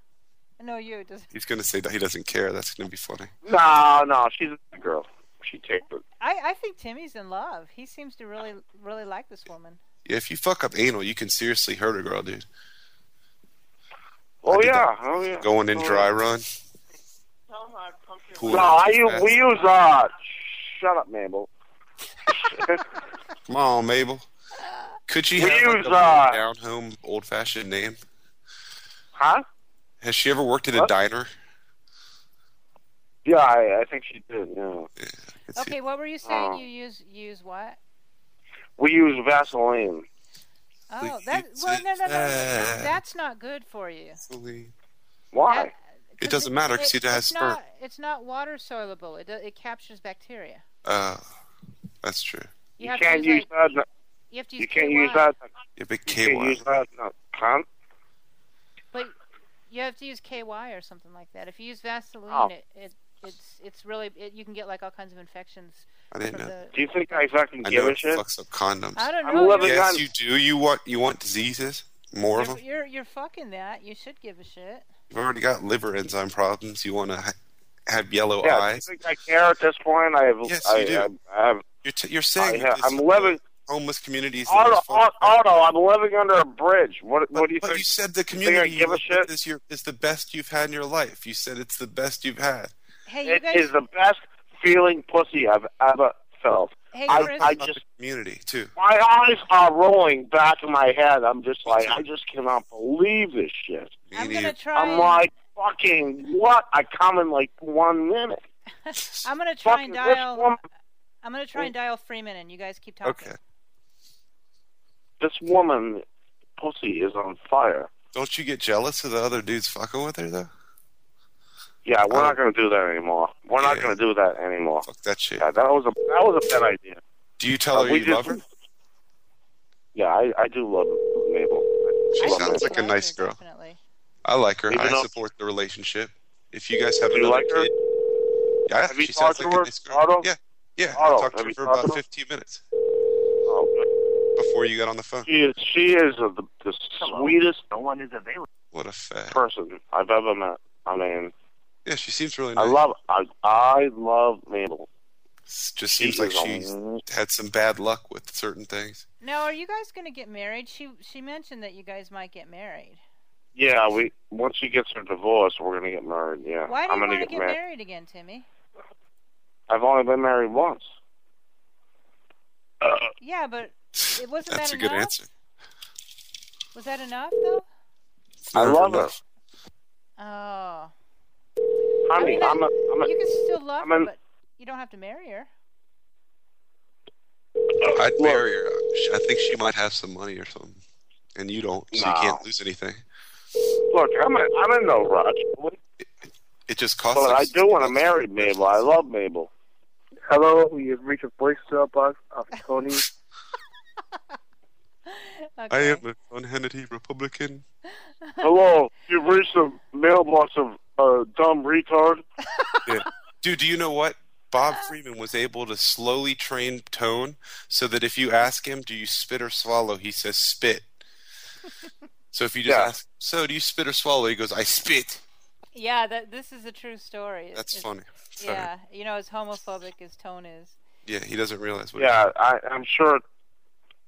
Speaker 2: No, you. Does
Speaker 3: He's going to say that he doesn't care. That's going to be funny.
Speaker 4: No, no. She's a good girl. She takes it.
Speaker 2: I, I think Timmy's in love. He seems to really really like this woman.
Speaker 3: Yeah, if you fuck up anal, you can seriously hurt a girl, dude. I
Speaker 4: Oh
Speaker 3: did
Speaker 4: yeah.
Speaker 3: that.
Speaker 4: Oh yeah.
Speaker 3: Going in
Speaker 4: Oh,
Speaker 3: dry run. Pulling
Speaker 4: No,
Speaker 3: out
Speaker 4: I
Speaker 3: too
Speaker 4: use,
Speaker 3: fast.
Speaker 4: we use uh. Shut up, Mabel.
Speaker 3: Come on, Mabel. Could she
Speaker 4: We
Speaker 3: have like,
Speaker 4: use,
Speaker 3: a
Speaker 4: uh,
Speaker 3: down home old fashioned name?
Speaker 4: huh?
Speaker 3: Has she ever worked at a
Speaker 4: What?
Speaker 3: diner?
Speaker 4: Yeah, I, I think she did. Yeah.
Speaker 3: Let's see.
Speaker 2: Okay, what were you saying?
Speaker 4: Oh.
Speaker 2: You use use what?
Speaker 4: We use Vaseline.
Speaker 2: Oh,
Speaker 3: Please
Speaker 2: that well, no, no, no,
Speaker 3: use that.
Speaker 2: that's not good for you.
Speaker 3: Absolutely.
Speaker 4: Why?
Speaker 3: It doesn't matter because it, has
Speaker 2: it's
Speaker 3: sperm.
Speaker 2: not, it's not water soluble. It, do- it captures bacteria.
Speaker 3: Uh, that's true.
Speaker 2: You,
Speaker 4: You
Speaker 2: have
Speaker 4: can't
Speaker 2: to use,
Speaker 4: use
Speaker 2: like,
Speaker 4: that.
Speaker 2: you have to use
Speaker 4: You can't
Speaker 2: KY.
Speaker 4: use that.
Speaker 3: Yeah, but
Speaker 4: You can't
Speaker 3: KY.
Speaker 4: use that. No, can't.
Speaker 2: But you have to use KY or something like that. If you use Vaseline,
Speaker 4: Oh.
Speaker 2: it, it it's it's really it, you can get like all kinds of infections.
Speaker 3: I
Speaker 2: from
Speaker 3: didn't know.
Speaker 2: the-
Speaker 4: Do you think I fucking
Speaker 3: I
Speaker 4: give
Speaker 3: know
Speaker 4: a
Speaker 3: it
Speaker 4: shit?
Speaker 3: fucks up condoms.
Speaker 2: I don't
Speaker 4: I'm
Speaker 2: know.
Speaker 4: loving
Speaker 2: you're-
Speaker 3: yes,
Speaker 4: God.
Speaker 3: you do. You want you want diseases? More of
Speaker 2: you're,
Speaker 3: them?
Speaker 2: you're you're fucking that. You should give a shit.
Speaker 3: You've already got liver enzyme problems. You want to ha- have yellow
Speaker 4: Yeah, do you
Speaker 3: eyes?
Speaker 4: think I care at this point? I have.
Speaker 3: Yes,
Speaker 4: I,
Speaker 3: you do.
Speaker 4: I, I have.
Speaker 3: You're, t- you're
Speaker 4: I
Speaker 3: saying that
Speaker 4: have
Speaker 3: this
Speaker 4: I'm living.
Speaker 3: homeless communities. in
Speaker 4: Auto,
Speaker 3: this fucking-
Speaker 4: auto. I'm living under a bridge. What?
Speaker 3: But,
Speaker 4: what do you
Speaker 3: but
Speaker 4: think?
Speaker 3: you said the
Speaker 4: I
Speaker 3: community
Speaker 4: give a
Speaker 3: you live
Speaker 4: shit?
Speaker 3: is your is the best you've had in your life. You said it's the best you've had.
Speaker 2: Hey, you
Speaker 4: It
Speaker 2: guys.
Speaker 4: is the best feeling pussy I've ever felt.
Speaker 2: hey,
Speaker 4: I-
Speaker 2: Chris.
Speaker 4: I
Speaker 3: About
Speaker 4: just-
Speaker 3: the community too.
Speaker 4: My eyes are rolling back in my head. I'm just like, I just cannot believe this shit.
Speaker 3: Me
Speaker 2: I'm
Speaker 3: and
Speaker 2: gonna
Speaker 3: you.
Speaker 2: try.
Speaker 4: I'm
Speaker 2: and-
Speaker 4: like, fucking what? I come in like one minute.
Speaker 2: I'm gonna try
Speaker 4: Fucking
Speaker 2: and
Speaker 4: this
Speaker 2: dial.
Speaker 4: woman,
Speaker 2: I'm gonna try and dial Freeman, and you guys keep talking.
Speaker 3: Okay.
Speaker 4: this woman, pussy is on fire.
Speaker 3: Don't you get jealous of the other dudes fucking with her though?
Speaker 4: Yeah, we're
Speaker 3: Oh.
Speaker 4: not gonna do that anymore. We're not
Speaker 3: Yeah.
Speaker 4: gonna do that anymore.
Speaker 3: Fuck that shit.
Speaker 4: Yeah, that was a that was a bad idea.
Speaker 3: Do you tell
Speaker 4: Uh,
Speaker 3: her
Speaker 4: we
Speaker 3: you
Speaker 4: just-
Speaker 3: love her?
Speaker 4: Yeah, I, I do love
Speaker 3: She
Speaker 4: Mabel.
Speaker 2: I
Speaker 4: Well,
Speaker 2: think
Speaker 3: sounds
Speaker 2: you
Speaker 3: like a
Speaker 2: like
Speaker 3: nice
Speaker 2: her,
Speaker 3: girl.
Speaker 2: Definitely.
Speaker 3: I like her.
Speaker 4: Even
Speaker 3: I
Speaker 4: though-
Speaker 3: support the relationship. If you guys have
Speaker 4: Do you
Speaker 3: another
Speaker 4: like her?
Speaker 3: kid, yeah,
Speaker 4: Have you
Speaker 3: she sounds
Speaker 4: talked to
Speaker 3: like a
Speaker 4: her,
Speaker 3: nice girl.
Speaker 4: Otto?
Speaker 3: Yeah, yeah.
Speaker 4: Otto,
Speaker 3: I talked to
Speaker 4: have
Speaker 3: her
Speaker 4: you
Speaker 3: for
Speaker 4: talked
Speaker 3: about
Speaker 4: to her?
Speaker 3: 15 minutes
Speaker 4: Oh, good.
Speaker 3: before you got on the phone.
Speaker 4: she is she is uh, the, the sweetest
Speaker 6: No one is available.
Speaker 3: What a fag.
Speaker 4: person I've ever met. I mean,
Speaker 3: Yeah, she seems really
Speaker 4: I
Speaker 3: nice.
Speaker 4: love I I love Mabel.
Speaker 3: S- Just seems like
Speaker 4: is a-
Speaker 3: she's had some bad luck with certain things.
Speaker 2: Now, are you guys gonna get married? She she mentioned that you guys might get married.
Speaker 4: Yeah, we once she gets her divorce, we're gonna get married. Yeah,
Speaker 2: Why do
Speaker 4: I'm
Speaker 2: you
Speaker 4: gonna
Speaker 2: want to
Speaker 4: get
Speaker 2: get
Speaker 4: married.
Speaker 2: married again, Timmy?
Speaker 4: I've only been married once. Uh,
Speaker 2: Yeah, but it wasn't
Speaker 3: That's
Speaker 2: that
Speaker 3: a good
Speaker 2: enough?
Speaker 3: answer.
Speaker 2: was that enough though?
Speaker 3: It's
Speaker 4: I
Speaker 3: never
Speaker 4: love her.
Speaker 3: enough.
Speaker 2: Oh,
Speaker 4: Honey,
Speaker 2: mean,
Speaker 4: I am a, I'm a,
Speaker 2: you can still love
Speaker 4: I'm
Speaker 2: her,
Speaker 4: an-
Speaker 2: but you don't have to marry her.
Speaker 3: I'd
Speaker 4: Look,
Speaker 3: marry her. I think she might have some money or something. And you don't, so you
Speaker 4: No.
Speaker 3: can't lose anything.
Speaker 4: Look, I'm, a, I'm in no rush,
Speaker 3: It just costs
Speaker 4: but
Speaker 3: like
Speaker 4: I do want to
Speaker 3: $60
Speaker 4: marry Mabel. I love Mabel.
Speaker 6: Hello, you've reached a voicemail box of Tony.
Speaker 2: Okay.
Speaker 3: I am an unhennity Republican.
Speaker 4: Hello, you've reached the mailbox of uh, dumb retard.
Speaker 3: Dude, do you know what? Bob Freeman was able to slowly train tone so that if you ask him, do you spit or swallow, he says spit. So if you just
Speaker 4: Yeah.
Speaker 3: ask, so do you spit or swallow? He goes, I spit.
Speaker 2: Yeah, that this is a true story. It's-
Speaker 3: That's
Speaker 2: it's-
Speaker 3: funny. Sorry.
Speaker 2: Yeah, you know, as homophobic as Tone is.
Speaker 3: Yeah, he doesn't realize what
Speaker 4: Yeah, I, I'm sure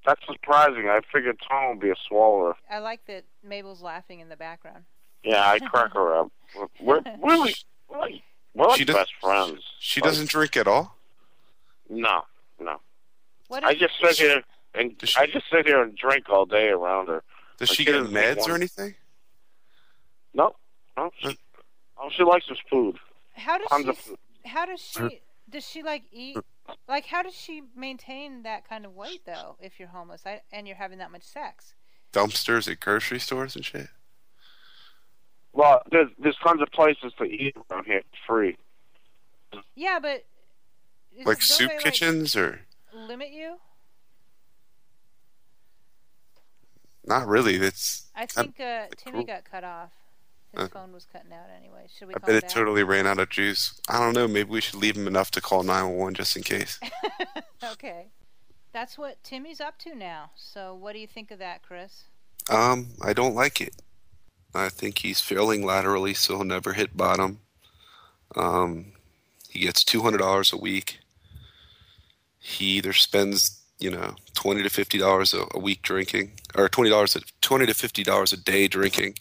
Speaker 4: that's surprising. I figured Tom would be a swallower.
Speaker 2: I like that Mabel's laughing in the background.
Speaker 4: Yeah, I crack her up. We're we're like, we're like, we're like
Speaker 3: She does-
Speaker 4: best friends.
Speaker 3: She
Speaker 4: Like,
Speaker 3: doesn't drink at all?
Speaker 4: No, no.
Speaker 2: What
Speaker 4: I
Speaker 2: is-
Speaker 4: just sit here and
Speaker 3: Does she-
Speaker 4: I just sit here and drink all day around her.
Speaker 3: Does
Speaker 4: Like,
Speaker 3: she
Speaker 4: she
Speaker 3: get
Speaker 4: doesn't drink
Speaker 3: meds or
Speaker 4: one.
Speaker 3: anything?
Speaker 4: No, no. Oh, She, all she likes is food.
Speaker 2: how does
Speaker 4: tons
Speaker 2: she?
Speaker 4: of
Speaker 2: s-
Speaker 4: food.
Speaker 2: How does she? Does she like eat? Like, how does she maintain that kind of weight though? If you're homeless I, and you're having that much sex,
Speaker 3: Dumpsters at grocery stores and shit?
Speaker 4: Well, there's there's tons of places to eat around here for free.
Speaker 2: yeah, but is,
Speaker 3: Like
Speaker 2: don't
Speaker 3: soup
Speaker 2: they,
Speaker 3: kitchens or
Speaker 2: limit you.
Speaker 3: not really. That's
Speaker 2: I think uh, Timmy
Speaker 3: cool.
Speaker 2: got cut off. His
Speaker 3: Uh.
Speaker 2: phone was cutting out anyway. Should we
Speaker 3: I
Speaker 2: call
Speaker 3: bet it
Speaker 2: back?
Speaker 3: totally ran out of juice. I don't know, maybe we should leave him enough to call nine one one just in case.
Speaker 2: okay. That's what Timmy's up to now. So what do you think of that, Chris?
Speaker 3: Um, I don't like it. I think he's failing laterally, so he'll never hit bottom. Um, he gets two hundred dollars a week. He either spends, you know, twenty to fifty dollars a a week drinking, or twenty dollars, twenty to fifty dollars a day drinking.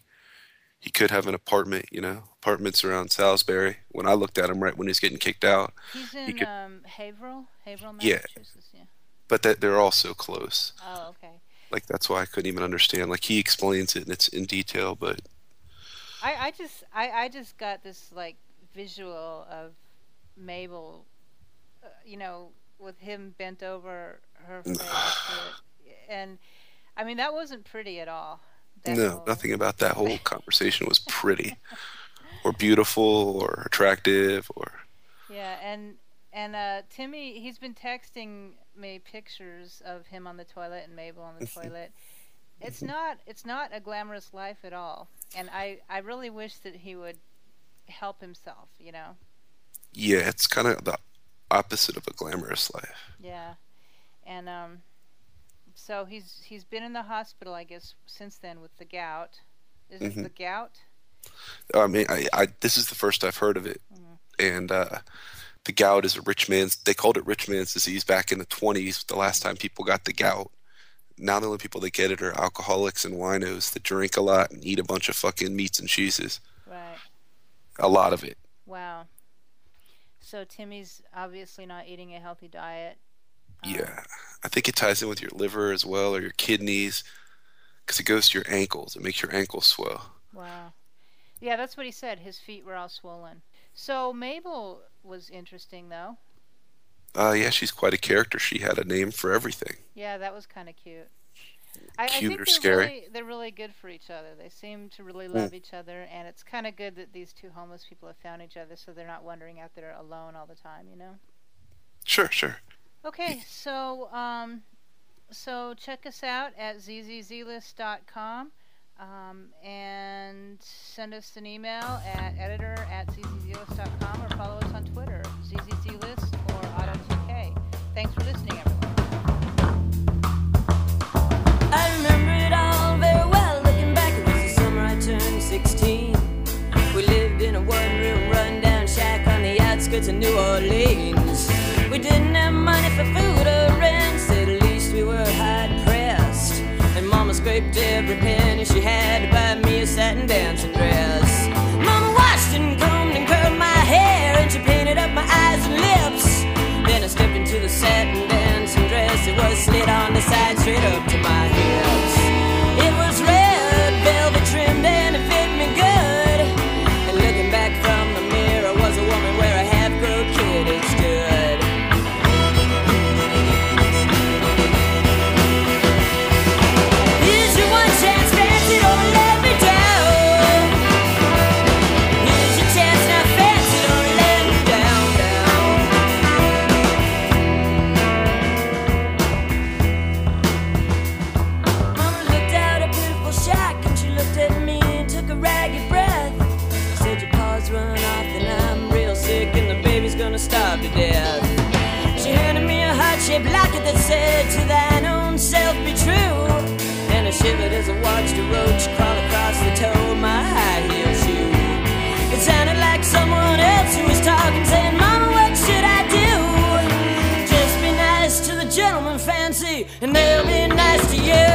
Speaker 3: He could have an apartment, you know, apartments around Salisbury. When I looked at him right when he's getting kicked out,
Speaker 2: He's
Speaker 3: You
Speaker 2: in
Speaker 3: could-
Speaker 2: um, Haverhill, Haverhill,
Speaker 3: Yeah.
Speaker 2: Massachusetts. Yeah.
Speaker 3: but that they're all so close.
Speaker 2: Oh, okay.
Speaker 3: like that's why I couldn't even understand. Like he explains it and it's in detail, but
Speaker 2: I, I just I, I just got this like visual of Mabel, uh, you know, with him bent over her face, uh, and I mean that wasn't pretty at all. that
Speaker 3: no,
Speaker 2: whole-
Speaker 3: nothing about that whole conversation was pretty. or beautiful or attractive or
Speaker 2: Yeah, and and uh, Timmy, he's been texting me pictures of him on the toilet and Mabel on the toilet. It's not it's not a glamorous life at all, and I I really wish that he would help himself. You know.
Speaker 3: yeah, it's kind of the opposite of a glamorous life.
Speaker 2: Yeah, and um, so he's he's been in the hospital, I guess, since then with the gout. Is it
Speaker 3: Mhm.
Speaker 2: the gout?
Speaker 3: I mean, I, I this is the first I've heard of it, and uh, the gout is a rich man's. They called it rich man's disease back in the twenties. The last time people got the gout. Now the only people that get it are alcoholics and winos that drink a lot and eat a bunch of fucking meats and cheeses.
Speaker 2: Right.
Speaker 3: A lot of it.
Speaker 2: Wow. So Timmy's obviously not eating a healthy diet.
Speaker 3: Yeah, Um, I think it ties in with your liver as well or your kidneys, because it goes to your ankles. It makes your ankles swell.
Speaker 2: Wow. Yeah, that's what he said. His feet were all swollen. So Mabel was interesting, though.
Speaker 3: Uh, yeah, she's quite a character. She had a name for everything.
Speaker 2: Yeah, that was kind of cute. I, I
Speaker 3: Cute
Speaker 2: think
Speaker 3: or
Speaker 2: they're
Speaker 3: scary?
Speaker 2: Really, they're really good for each other. They seem to really
Speaker 3: Mm.
Speaker 2: love each other, and it's kind of good that these two homeless people have found each other, so they're not wandering out there alone all the time, you know.
Speaker 3: Sure, sure. Hmm.
Speaker 2: Okay, so um, so check us out at zzzlist.com um, and send us an email at editor at zzzlist.com or follow us on Twitter, zzzlist or auto2k. Thanks for listening, everyone.
Speaker 7: I remember it all very well. Looking back, it was the summer I turned 16. We lived in a one room rundown shack on the outskirts of New Orleans. We didn't have money for food or rent, at least we were hard pressed. And Mama scraped every penny she had to buy me a satin dancing dress. Mama washed and combed and curled my hair, and she painted up my eyes and lips. Then I stepped into the satin dancing dress. It was slid on the side straight up to my hips. It was red velvet trimmed and it fit me good. And looking back from the mirror was a woman where a half-grown kid had stood. Here's your one chance, fancy, don't let me down. Here's your chance, now fancy, don't let me down, down. Mama looked out a beautiful shack and she looked at me and took a ragged breath. Said your paws run off and I'm real sick and the baby's gonna starve to death. She handed me a heart-shaped locket that said to thine own self be true. And I shivered as I watched a roach crawl across the toe of my high heel shoe. It sounded like someone else who was talking, saying, Mama, what should I do? Just be nice to the gentleman fancy, and they'll be nice to you.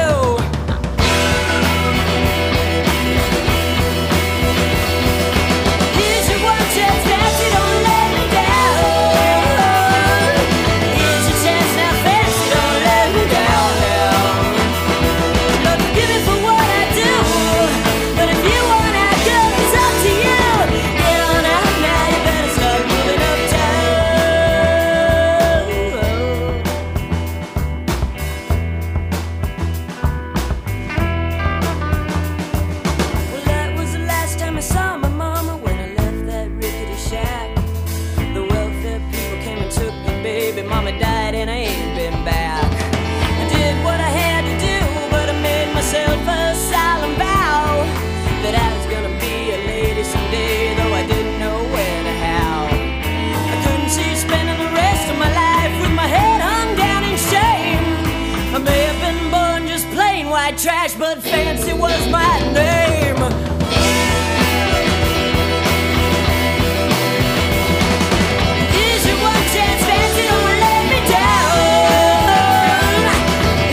Speaker 7: Here's your one chance, fancy, don't let me down. Here's your chance now, fancy, don't let me down. Lord, forgive me for what I do, but if you want out, girl, it's up to you. Get on out now, you better start moving uptown. Well, that was the last time I saw my mama when I left that rickety shack. The welfare people came and took the baby. Mama died and I ain't been back. I did what I had to do, but I made myself a solemn vow that I was gonna be a lady someday, though I didn't know when or how. I couldn't see spending the rest of my life with my head hung down in shame. I may have been born just plain white trash, but fancy was my name. Here's your one chance, fancy, don't let me down.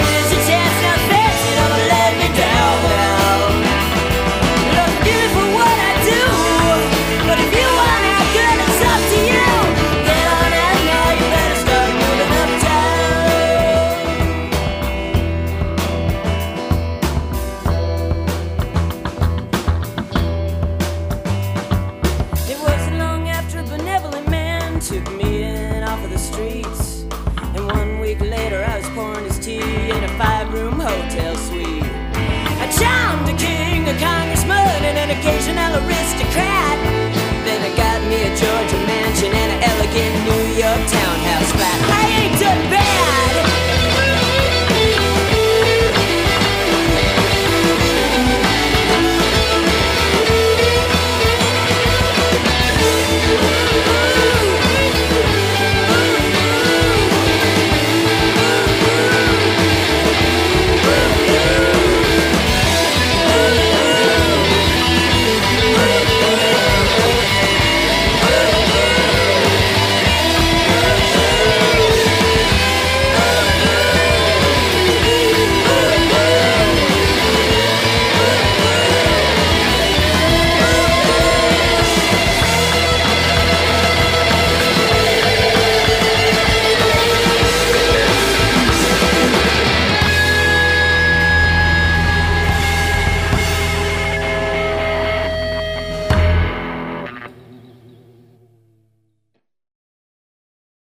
Speaker 7: Here's your chance, now fancy, don't let me down. Lord, forgive me for what I do, but if you want out, girl, it's up to you. Get on out now, you better start moving uptown. It wasn't long after a benevolent man took me in off of the streets. And one week later, I was pouring his tea in a five room hotel suite. I charmed a king, a congressman, and an occasional aristocrat.